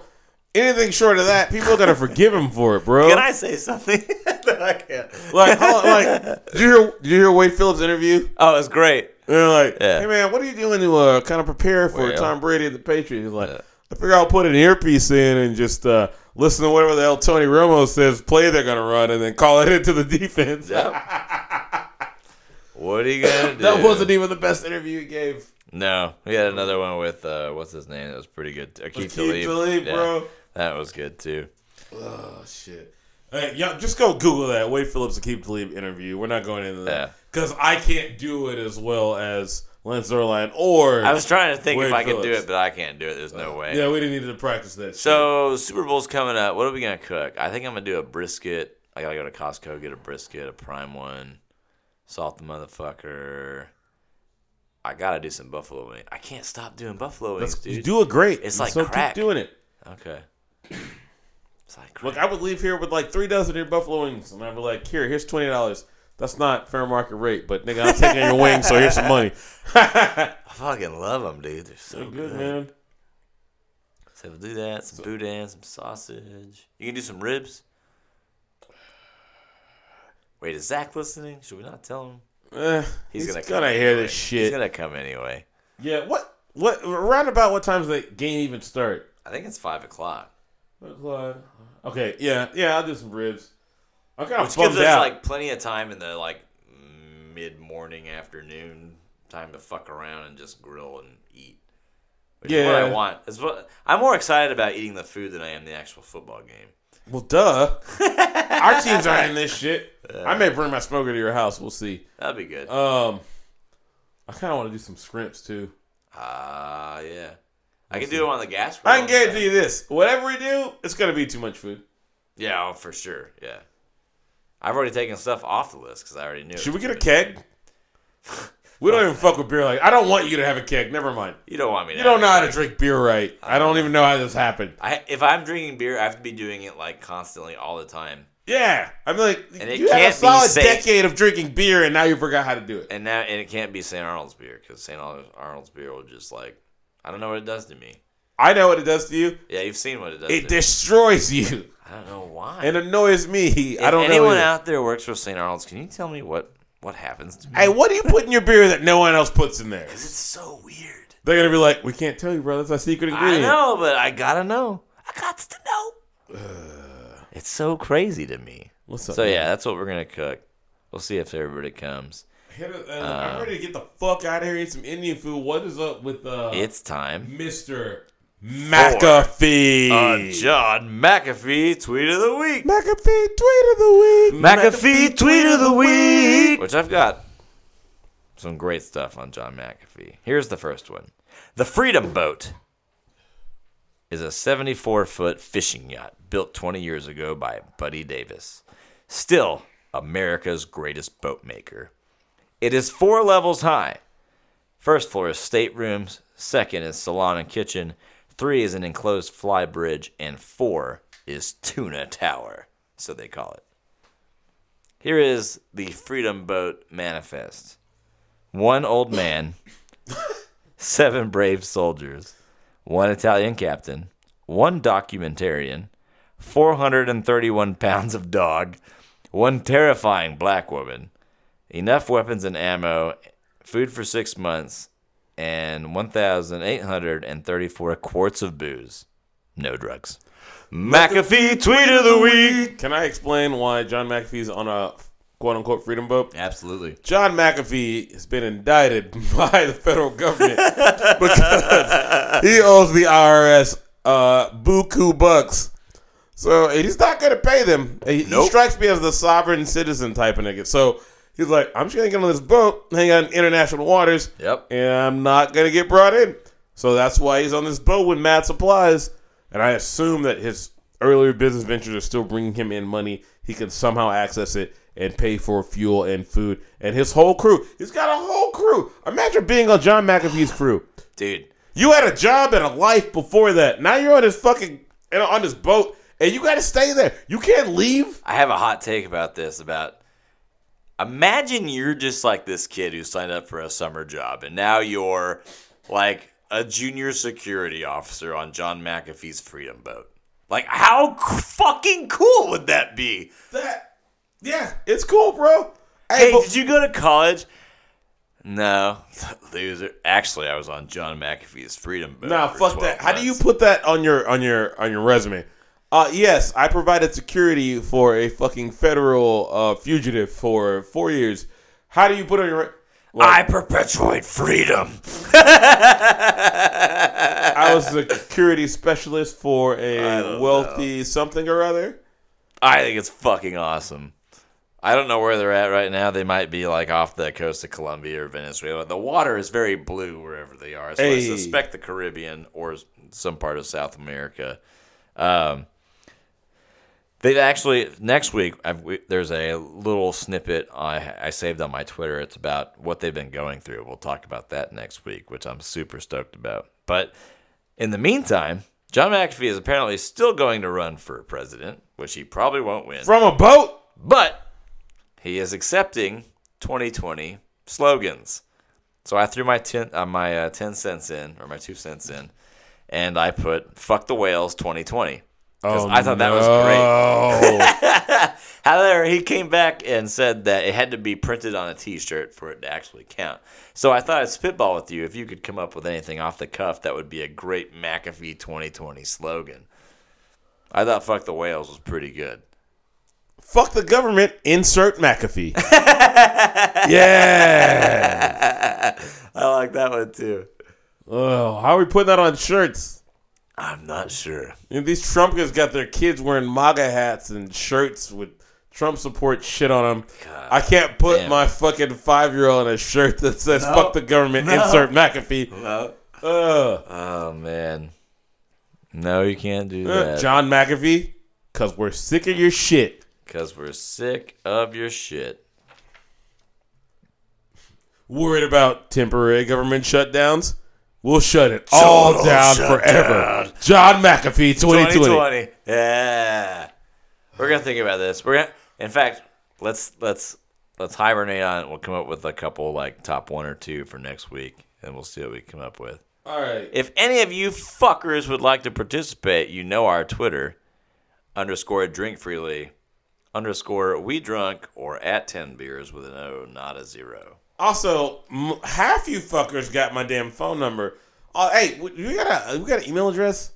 Speaker 2: anything short of that. People are gonna forgive him for it, bro.
Speaker 1: Can I say something that I can't?
Speaker 2: Like, hold on, like, did you hear? Did you hear Wade Phillips' interview?
Speaker 1: Oh, it's great.
Speaker 2: And they're like,
Speaker 1: Yeah.
Speaker 2: hey man, what are you doing to uh, kind of prepare for
Speaker 1: Well.
Speaker 2: Tom Brady and the Patriots? He's like, I figure I'll put an earpiece in and just uh, listen to whatever the hell Tony Romo says play they're gonna run, and then call it into the defense.
Speaker 1: Yep. what are you gonna do?
Speaker 2: That wasn't even the best interview he gave.
Speaker 1: No, we had another one with uh, what's his name? That was pretty good. Akeem
Speaker 2: Keith Tlaib,
Speaker 1: Yeah,
Speaker 2: bro.
Speaker 1: That was good too.
Speaker 2: Oh shit. Hey, y'all, just go Google that Wade Phillips and Keep Talib interview. We're not going into that
Speaker 1: Yeah.
Speaker 2: because I can't do it as well as Lance Zerline or
Speaker 1: I was trying to think
Speaker 2: Wade
Speaker 1: if I could do
Speaker 2: Phillips.
Speaker 1: it, but I can't do it. There's no way.
Speaker 2: yeah, we didn't need to practice that.
Speaker 1: So Super Bowl's coming up. What are we gonna cook? I think I'm gonna do a brisket. I gotta go to Costco get a brisket, a prime one, salt the motherfucker. I gotta do some buffalo wings. I can't stop doing buffalo wings,
Speaker 2: That's-
Speaker 1: dude.
Speaker 2: You do it great.
Speaker 1: It's
Speaker 2: You
Speaker 1: like
Speaker 2: so
Speaker 1: crack.
Speaker 2: Keep doing it.
Speaker 1: okay. It's like crap.
Speaker 2: Look, I would leave here with like three dozen of your buffalo wings, and I'd be like, "Here, here's twenty dollars. That's not fair market rate, but nigga, I'm taking your wings, so here's some money."
Speaker 1: I fucking love them, dude. They're so good.
Speaker 2: Good man.
Speaker 1: So we'll do that. Some boudin, some sausage. You can do some ribs. Wait, is Zach listening? Should we not tell him?
Speaker 2: Eh, he's, gonna, hear
Speaker 1: anyway. He's
Speaker 2: this shit.
Speaker 1: gonna come anyway.
Speaker 2: Yeah. What? What? Around about what time does the game even start?
Speaker 1: I think it's five o'clock.
Speaker 2: Okay, yeah, yeah, I'll do some ribs. I'm kind of
Speaker 1: Which gives
Speaker 2: bummed
Speaker 1: us
Speaker 2: out.
Speaker 1: like plenty of time in the like mid morning afternoon time to fuck around and just grill and eat. Which is what I
Speaker 2: Yeah.
Speaker 1: want. It's what I'm more excited about eating the food than I am the actual football game.
Speaker 2: well, duh. Our teams aren't in this shit. I may bring my smoker to your house. We'll see.
Speaker 1: That'd be good.
Speaker 2: Um, I kind of want to do some scrimps too.
Speaker 1: Ah, yeah. I can do it on the gas.
Speaker 2: I can
Speaker 1: grill.
Speaker 2: guarantee you this: whatever we do, it's gonna be too much food.
Speaker 1: Yeah, oh, for sure. Yeah. I've already taken stuff off the list because I already knew. it
Speaker 2: Should
Speaker 1: was
Speaker 2: we get a
Speaker 1: gonna-
Speaker 2: keg? We don't even fuck with beer. Like, I don't want you to have a keg. Never mind.
Speaker 1: You don't want me to.
Speaker 2: You don't know how to drink beer right. I don't even know how this happened.
Speaker 1: I, if I'm drinking beer, I have to be doing it like constantly all the time.
Speaker 2: Yeah, I'm like,
Speaker 1: And it
Speaker 2: you had
Speaker 1: can't
Speaker 2: a
Speaker 1: be
Speaker 2: solid
Speaker 1: safe.
Speaker 2: decade of drinking beer, and now you forgot how to do it.
Speaker 1: And now, and it can't be St. Arnold's beer because St. Arnold's- Arnold's beer will just like, I don't know what it does to me.
Speaker 2: I know what it does to you.
Speaker 1: Yeah, you've seen what it does.
Speaker 2: It
Speaker 1: to me.
Speaker 2: destroys you
Speaker 1: I don't know why.
Speaker 2: and annoys me.
Speaker 1: if
Speaker 2: I don't know.
Speaker 1: anyone
Speaker 2: either.
Speaker 1: out there works for St. Arnold's, can you tell me what what happens to me?
Speaker 2: Hey, what do you put in your beer that no one else puts in there?
Speaker 1: it's so weird.
Speaker 2: They're gonna be like, we can't tell you, bro. That's our secret
Speaker 1: I
Speaker 2: ingredient.
Speaker 1: know, but I gotta know. I got to know. it's so crazy to me.
Speaker 2: What's up?
Speaker 1: So yeah, that's what we're gonna cook. We'll see if everybody comes.
Speaker 2: Hit it, uh, I'm ready to get the fuck out of here. Eat some Indian food. What is up with uh,
Speaker 1: It's time.
Speaker 2: Mr. McAfee?
Speaker 1: Uh, John McAfee tweet of the week.
Speaker 2: McAfee tweet of the week.
Speaker 1: McAfee tweet of the week, which I've got some great stuff on John McAfee. Here's the first one: the Freedom Boat is a 74 foot fishing yacht built 20 years ago by Buddy Davis, still America's greatest boat maker. It is four levels high. First floor is staterooms, second is salon and kitchen, three is an enclosed fly bridge, and four is Tuna Tower, so they call it. Here is the Freedom Boat manifest one old man, seven brave soldiers, one Italian captain, one documentarian, 431 pounds of dog, one terrifying black woman, enough weapons and ammo, food for six months, and 1,834 quarts of booze. No drugs. McAfee tweet of the week.
Speaker 2: Can I explain why John McAfee's on a quote unquote freedom boat?
Speaker 1: Absolutely.
Speaker 2: John McAfee has been indicted by the federal government because he owes the IRS uh, buku bucks. So and he's not going to pay them. He, he
Speaker 1: Nope.
Speaker 2: strikes me as the sovereign citizen type of nigga. So he's like, I'm just going to get on this boat, hang out in international waters,
Speaker 1: Yep.
Speaker 2: and I'm not going to get brought in. So that's why he's on this boat when Matt supplies. And I assume that his earlier business ventures are still bringing him in money. He can somehow access it and pay for fuel and food and his whole crew. He's got a whole crew. Imagine being on John McAfee's crew.
Speaker 1: Dude.
Speaker 2: You had a job and a life before that. Now you're on this fucking and on this boat and you got to stay there. You can't leave.
Speaker 1: I have a hot take about this. About imagine you're just like this kid who signed up for a summer job, and now you're like a junior security officer on John McAfee's Freedom Boat. Like, how c- fucking cool would that be?
Speaker 2: That yeah, it's cool, bro.
Speaker 1: Hey,
Speaker 2: but-
Speaker 1: did you go to college? No, loser. Actually, I was on John McAfee's Freedom Boat.
Speaker 2: Nah,
Speaker 1: for
Speaker 2: fuck
Speaker 1: 12
Speaker 2: that. How do you
Speaker 1: months.
Speaker 2: put that on your on your on your resume? Uh, yes, I provided security for a fucking federal uh, fugitive for four years. How do you put on your? Re-
Speaker 1: I perpetuate freedom.
Speaker 2: I was a security specialist for
Speaker 1: I
Speaker 2: a
Speaker 1: don't
Speaker 2: wealthy something or other.
Speaker 1: I think it's fucking awesome. I don't know where they're at right now. They might be like off the coast of Colombia or Venezuela. The water is very blue wherever they are. So I
Speaker 2: Hey.
Speaker 1: suspect the Caribbean or s- some part of South America. Um, they've actually next week. I've, we, there's a little snippet I, I saved on my Twitter. It's about what they've been going through. We'll talk about that next week, which I'm super stoked about. But in the meantime, John McAfee is apparently still going to run for president, which he probably won't win.
Speaker 2: From a boat.
Speaker 1: But he is accepting 2020 slogans. So I threw my ten, uh, my uh, ten cents in or my two cents in, and I put "fuck the whales" 2020 because
Speaker 2: Oh,
Speaker 1: I thought that was great.
Speaker 2: great.
Speaker 1: However, he came back and said that it had to be printed on a T-shirt for it to actually count. So I thought I'd spitball with you if you could come up with anything off the cuff that would be a great McAfee 2020 slogan. I thought "fuck the whales" was pretty good.
Speaker 2: Fuck the government. Insert McAfee. yeah.
Speaker 1: I like that one too.
Speaker 2: Oh, how are we putting that on shirts?
Speaker 1: I'm not sure.
Speaker 2: You know, these Trump guys got their kids wearing MAGA hats and shirts with Trump support shit on them. I can't put
Speaker 1: damn.
Speaker 2: my fucking five year old in a shirt that says "fuck the government." Insert McAfee. Ugh.
Speaker 1: Oh man. No, you can't do
Speaker 2: Uh,
Speaker 1: that.
Speaker 2: John McAfee, cause we're sick of your shit.
Speaker 1: Because we're sick of your shit.
Speaker 2: Worried about temporary government shutdowns? We'll shut it all
Speaker 1: Total
Speaker 2: down
Speaker 1: shutdown.
Speaker 2: forever. John McAfee, 2020.
Speaker 1: 2020. Yeah. We're gonna think about this. We're gonna, in fact, let's let's let's hibernate on it. We'll come up with a couple like top one or two for next week, and we'll see what we come up with.
Speaker 2: All right.
Speaker 1: If any of you fuckers would like to participate, you know our Twitter underscore drink freely underscore we drunk or at ten beers with an O, not a zero.
Speaker 2: Also, m- half you fuckers got my damn phone number. Oh, hey, w- we got a we got an email address.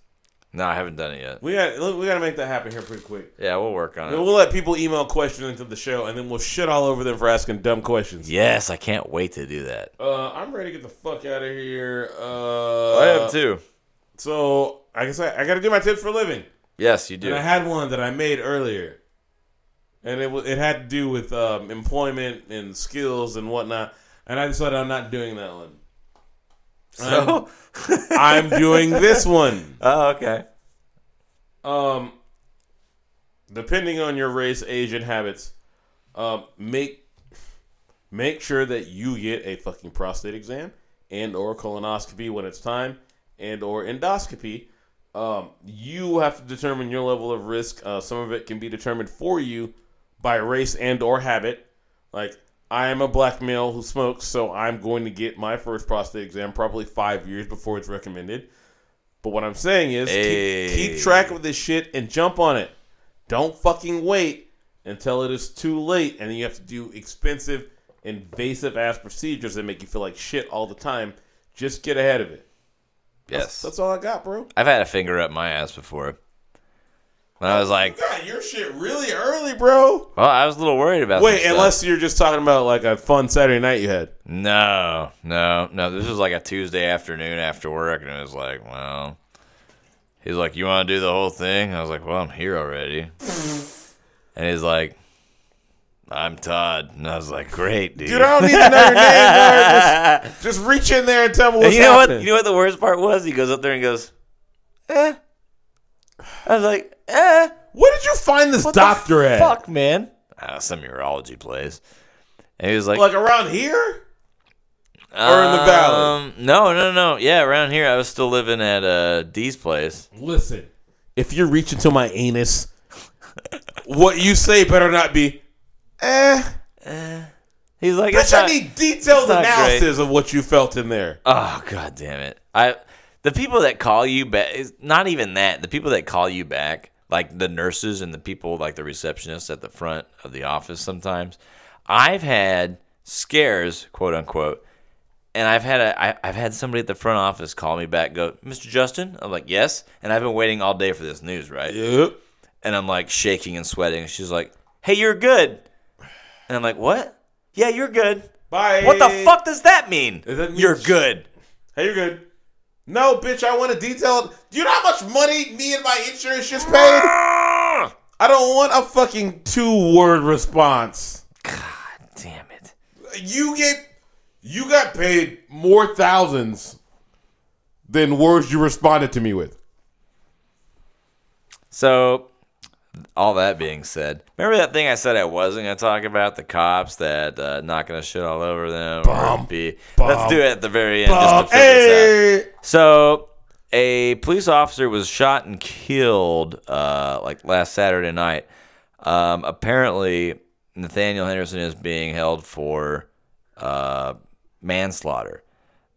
Speaker 1: No, I haven't done it yet.
Speaker 2: We got we got to make that happen here pretty quick.
Speaker 1: Yeah, we'll work on
Speaker 2: And
Speaker 1: it.
Speaker 2: we'll let people email questions into the show, and then we'll shit all over them for asking dumb questions.
Speaker 1: Yes, I can't wait to do that.
Speaker 2: Uh, I'm ready to get the fuck out of here. Uh,
Speaker 1: Oh, I am too.
Speaker 2: So I guess I, I got to do my tips for a living.
Speaker 1: Yes, you do.
Speaker 2: And I had one that I made earlier, and it wa- it had to do with um, employment and skills and whatnot. And I decided I'm not doing that one.
Speaker 1: So,
Speaker 2: I'm doing this one.
Speaker 1: oh, okay.
Speaker 2: Um, depending on your race, age, and habits, um, make make sure that you get a fucking prostate exam and or colonoscopy when it's time, and or endoscopy. Um, you have to determine your level of risk. Uh, some of it can be determined for you by race and or habit. Like I am a black male who smokes, so I'm going to get my first prostate exam probably five years before it's recommended. But what I'm saying is,
Speaker 1: Hey.
Speaker 2: keep, keep track of this shit and jump on it. Don't fucking wait until it is too late, and then you have to do expensive, invasive ass procedures that make you feel like shit all the time. Just get ahead of it.
Speaker 1: Yes.
Speaker 2: That's all I got, bro.
Speaker 1: I've had a finger up my ass before. When I was like,
Speaker 2: God, your shit really early, bro.
Speaker 1: well, I was a little worried about.
Speaker 2: Wait,
Speaker 1: some stuff.
Speaker 2: unless you're just talking about like a fun Saturday night you had.
Speaker 1: no, no, no. This was like a Tuesday afternoon after work, and it was like, well, he's like, you want to do the whole thing? I was like, well, I'm here already. and he's like, I'm Todd, and I was like, great, dude.
Speaker 2: Dude, I don't need to know your name, bro. Just, just reach in there and tell me
Speaker 1: And
Speaker 2: what's
Speaker 1: you know
Speaker 2: happening.
Speaker 1: what? You know what the worst part was? He goes up there and goes, eh. I was like, eh.
Speaker 2: Where did you find this
Speaker 1: What the
Speaker 2: doctor at?
Speaker 1: Fuck, man. Uh, some urology place. And he was like,
Speaker 2: Like around here? or in the valley?
Speaker 1: Um, no, no, no. Yeah, around here. I was still living at uh, D's place.
Speaker 2: Listen, if you're reaching to my anus, what you say better not be. Eh,
Speaker 1: He's like,
Speaker 2: bitch,
Speaker 1: "It's
Speaker 2: I
Speaker 1: not-
Speaker 2: need detailed
Speaker 1: not
Speaker 2: analysis of what you felt in there.
Speaker 1: Oh god damn it! I the people that call you back, not even that. The people that call you back, like the nurses and the people like the receptionists at the front of the office. Sometimes I've had scares, quote unquote, and I've had a, I, I've had somebody at the front office call me back, go, Mister Justin. I'm like, yes, and I've been waiting all day for this news, right?
Speaker 2: Yep.
Speaker 1: and I'm like shaking and sweating. She's like, "Hey, you're good," and I'm like, "What? Yeah, you're good.
Speaker 2: Bye.
Speaker 1: What the fuck does that mean?
Speaker 2: Does that mean
Speaker 1: you're
Speaker 2: sh-
Speaker 1: good."
Speaker 2: Hey, you're good. No, bitch, I want a detailed. Do you know how much money me and my insurance just paid?
Speaker 1: Ah!
Speaker 2: I don't want a fucking two word response.
Speaker 1: God damn it!
Speaker 2: You get you got paid more thousands than words you responded to me with.
Speaker 1: So, all that being said, remember that thing I said I wasn't gonna talk about the cops that uh, not gonna shit all over them.
Speaker 2: Bum.
Speaker 1: or be,
Speaker 2: Bum.
Speaker 1: let's do it at the very end just to figure this out.
Speaker 2: hey,
Speaker 1: So, a police officer was shot and killed uh, like last Saturday night. Um, apparently, Nathaniel Henderson is being held for uh, manslaughter.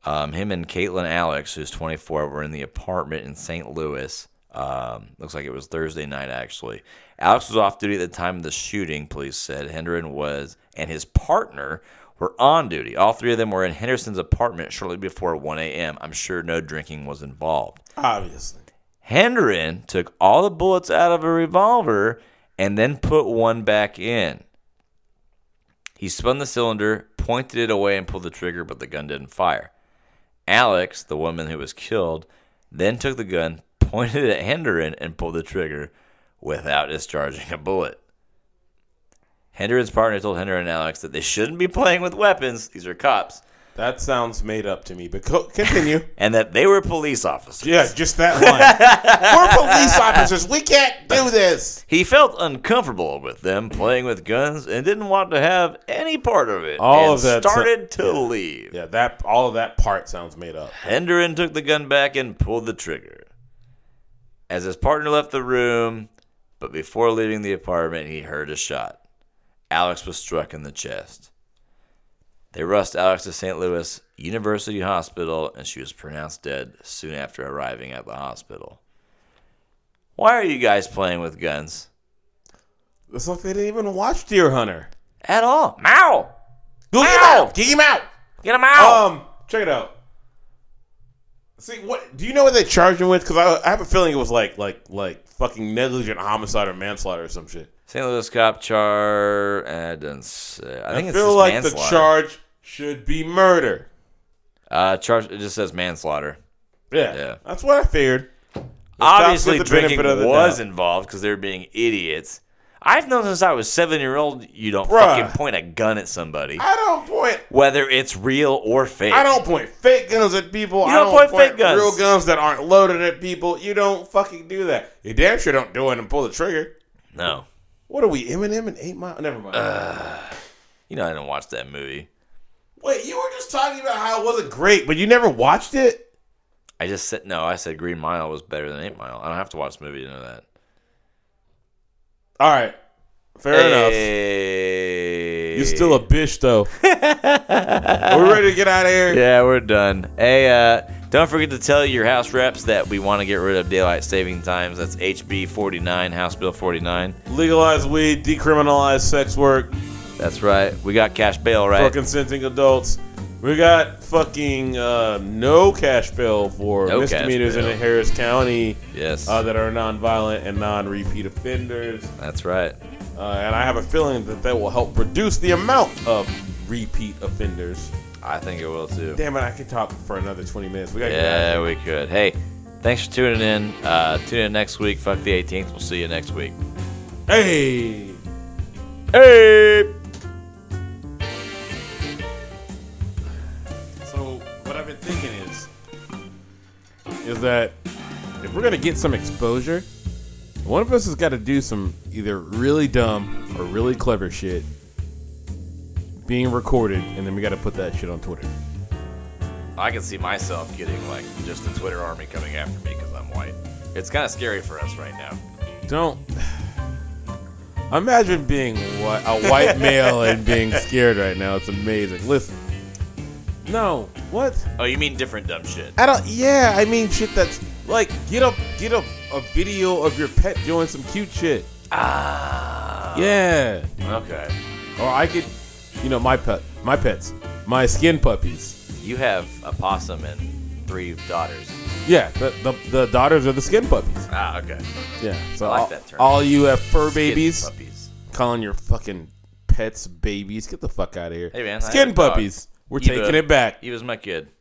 Speaker 1: Um, him and Caitlin Alex, who's 24, were in the apartment in St. Louis. Um, looks like it was Thursday night, actually. Alex was off duty at the time of the shooting, police said. Henderson was, and his partner were on duty. All three of them were in Henderson's apartment shortly before 1 a.m. I'm sure no drinking was involved.
Speaker 2: obviously.
Speaker 1: Henderin took all the bullets out of a revolver and then put one back in. He spun the cylinder, pointed it away, and pulled the trigger, but the gun didn't fire. Alex, the woman who was killed, then took the gun, pointed it at Henderin, and pulled the trigger without discharging a bullet. Henderin's partner told Henderin and Alex that they shouldn't be playing with weapons, these are cops,
Speaker 2: That sounds made up to me, but co- continue.
Speaker 1: and that they were police officers.
Speaker 2: yeah, just that line. We're police officers. We can't do this.
Speaker 1: He felt uncomfortable with them playing with guns and didn't want to have any part of it.
Speaker 2: All
Speaker 1: and
Speaker 2: of that-
Speaker 1: started to leave.
Speaker 2: Yeah, that all of that part sounds made up.
Speaker 1: Henderin took the gun back and pulled the trigger. As his partner left the room, But before leaving the apartment, he heard a shot. Alex was struck in the chest. They rushed Alex to St. Louis University Hospital, and she was pronounced dead soon after arriving at the hospital. Why are you guys playing with guns?
Speaker 2: It's like they didn't even watch Deer Hunter.
Speaker 1: At all. Mow!
Speaker 2: Kick him
Speaker 1: Ow!
Speaker 2: out! Kick him out!
Speaker 1: Get him Oh. out!
Speaker 2: Um, check it out. See what? Do you know what they charged him with? Because I, I have a feeling it was like like like fucking negligent homicide or manslaughter or some shit.
Speaker 1: St. Louis cop char. Uh, it doesn't say. I
Speaker 2: I,
Speaker 1: think it's
Speaker 2: feel
Speaker 1: just
Speaker 2: like the
Speaker 1: manslaughter.
Speaker 2: charge should be murder.
Speaker 1: Uh, charge. It just says manslaughter.
Speaker 2: Yeah,
Speaker 1: Yeah.
Speaker 2: that's what I figured. cops get
Speaker 1: Obviously,
Speaker 2: the
Speaker 1: drinking
Speaker 2: benefit of the
Speaker 1: was
Speaker 2: doubt.
Speaker 1: involved because they were being idiots. I've known since I was seven year old. You don't
Speaker 2: Bruh.
Speaker 1: fucking point a gun at somebody,
Speaker 2: I don't point.
Speaker 1: whether it's real or fake.
Speaker 2: I don't point fake guns at people. I
Speaker 1: don't
Speaker 2: don't
Speaker 1: point
Speaker 2: point,
Speaker 1: fake guns.
Speaker 2: real guns that aren't loaded at people. You don't fucking do that. You damn sure don't do it and pull the trigger.
Speaker 1: No,
Speaker 2: What are we, Eminem and Eight Mile? Never mind.
Speaker 1: Uh. you know I didn't watch that movie.
Speaker 2: Wait, you were just talking about how it wasn't great, but you never watched it.
Speaker 1: I just said no. I said Green Mile was better than Eight Mile. I don't have to watch the movie to know that.
Speaker 2: All right, fair enough.
Speaker 1: Hey.
Speaker 2: You're still a bitch, though. We're ready to get out of here.
Speaker 1: Yeah, we're done. Hey, uh, don't forget to tell your house reps that we want to get rid of daylight saving times. That's HB 49, House Bill 49.
Speaker 2: Legalize weed, decriminalize sex work,
Speaker 1: That's right. We got cash bail, right?
Speaker 2: for consenting adults. We got fucking uh, no cash bail for
Speaker 1: No cash
Speaker 2: misdemeanors
Speaker 1: bail.
Speaker 2: in Harris County
Speaker 1: yes.
Speaker 2: uh, that are nonviolent and non-repeat offenders.
Speaker 1: that's right.
Speaker 2: Uh, and I have a feeling that that will help reduce the amount of repeat offenders.
Speaker 1: I think it will too.
Speaker 2: Damn it, I could talk for another 20 minutes. We got
Speaker 1: Yeah, we could. Hey, thanks for tuning in. Uh, tune in next week. Fuck the 18th. We'll see you next week.
Speaker 2: Hey.
Speaker 1: Hey!
Speaker 2: So what I've been thinking is, is that if we're gonna get some exposure, one of us has got to do some either really dumb or really clever shit being recorded, and then we got to put that shit on Twitter.
Speaker 1: I can see myself getting, like, just the Twitter army coming after me because I'm white. It's kind of scary for us right now.
Speaker 2: Don't. Imagine being whi- a white male and being scared right now. It's amazing. Listen. No. What?
Speaker 1: Oh, you mean different dumb shit?
Speaker 2: I don't. Yeah, I mean shit. That's like get up, get up a video of your pet doing some cute shit.
Speaker 1: Ah.
Speaker 2: Uh. Yeah.
Speaker 1: Okay.
Speaker 2: Or I could, you know, my pet, my pets, my skin puppies.
Speaker 1: You have a possum and three daughters.
Speaker 2: Yeah, the the, the daughters are the skin puppies.
Speaker 1: Ah, okay.
Speaker 2: Yeah. So
Speaker 1: I like
Speaker 2: all,
Speaker 1: that term.
Speaker 2: all you have fur babies
Speaker 1: Skin puppies.
Speaker 2: calling your fucking pets babies. Get the fuck out of here.
Speaker 1: Hey, man, I have
Speaker 2: skin
Speaker 1: a dog.
Speaker 2: puppies. We're
Speaker 1: Eva.
Speaker 2: taking it back.
Speaker 1: He was my kid.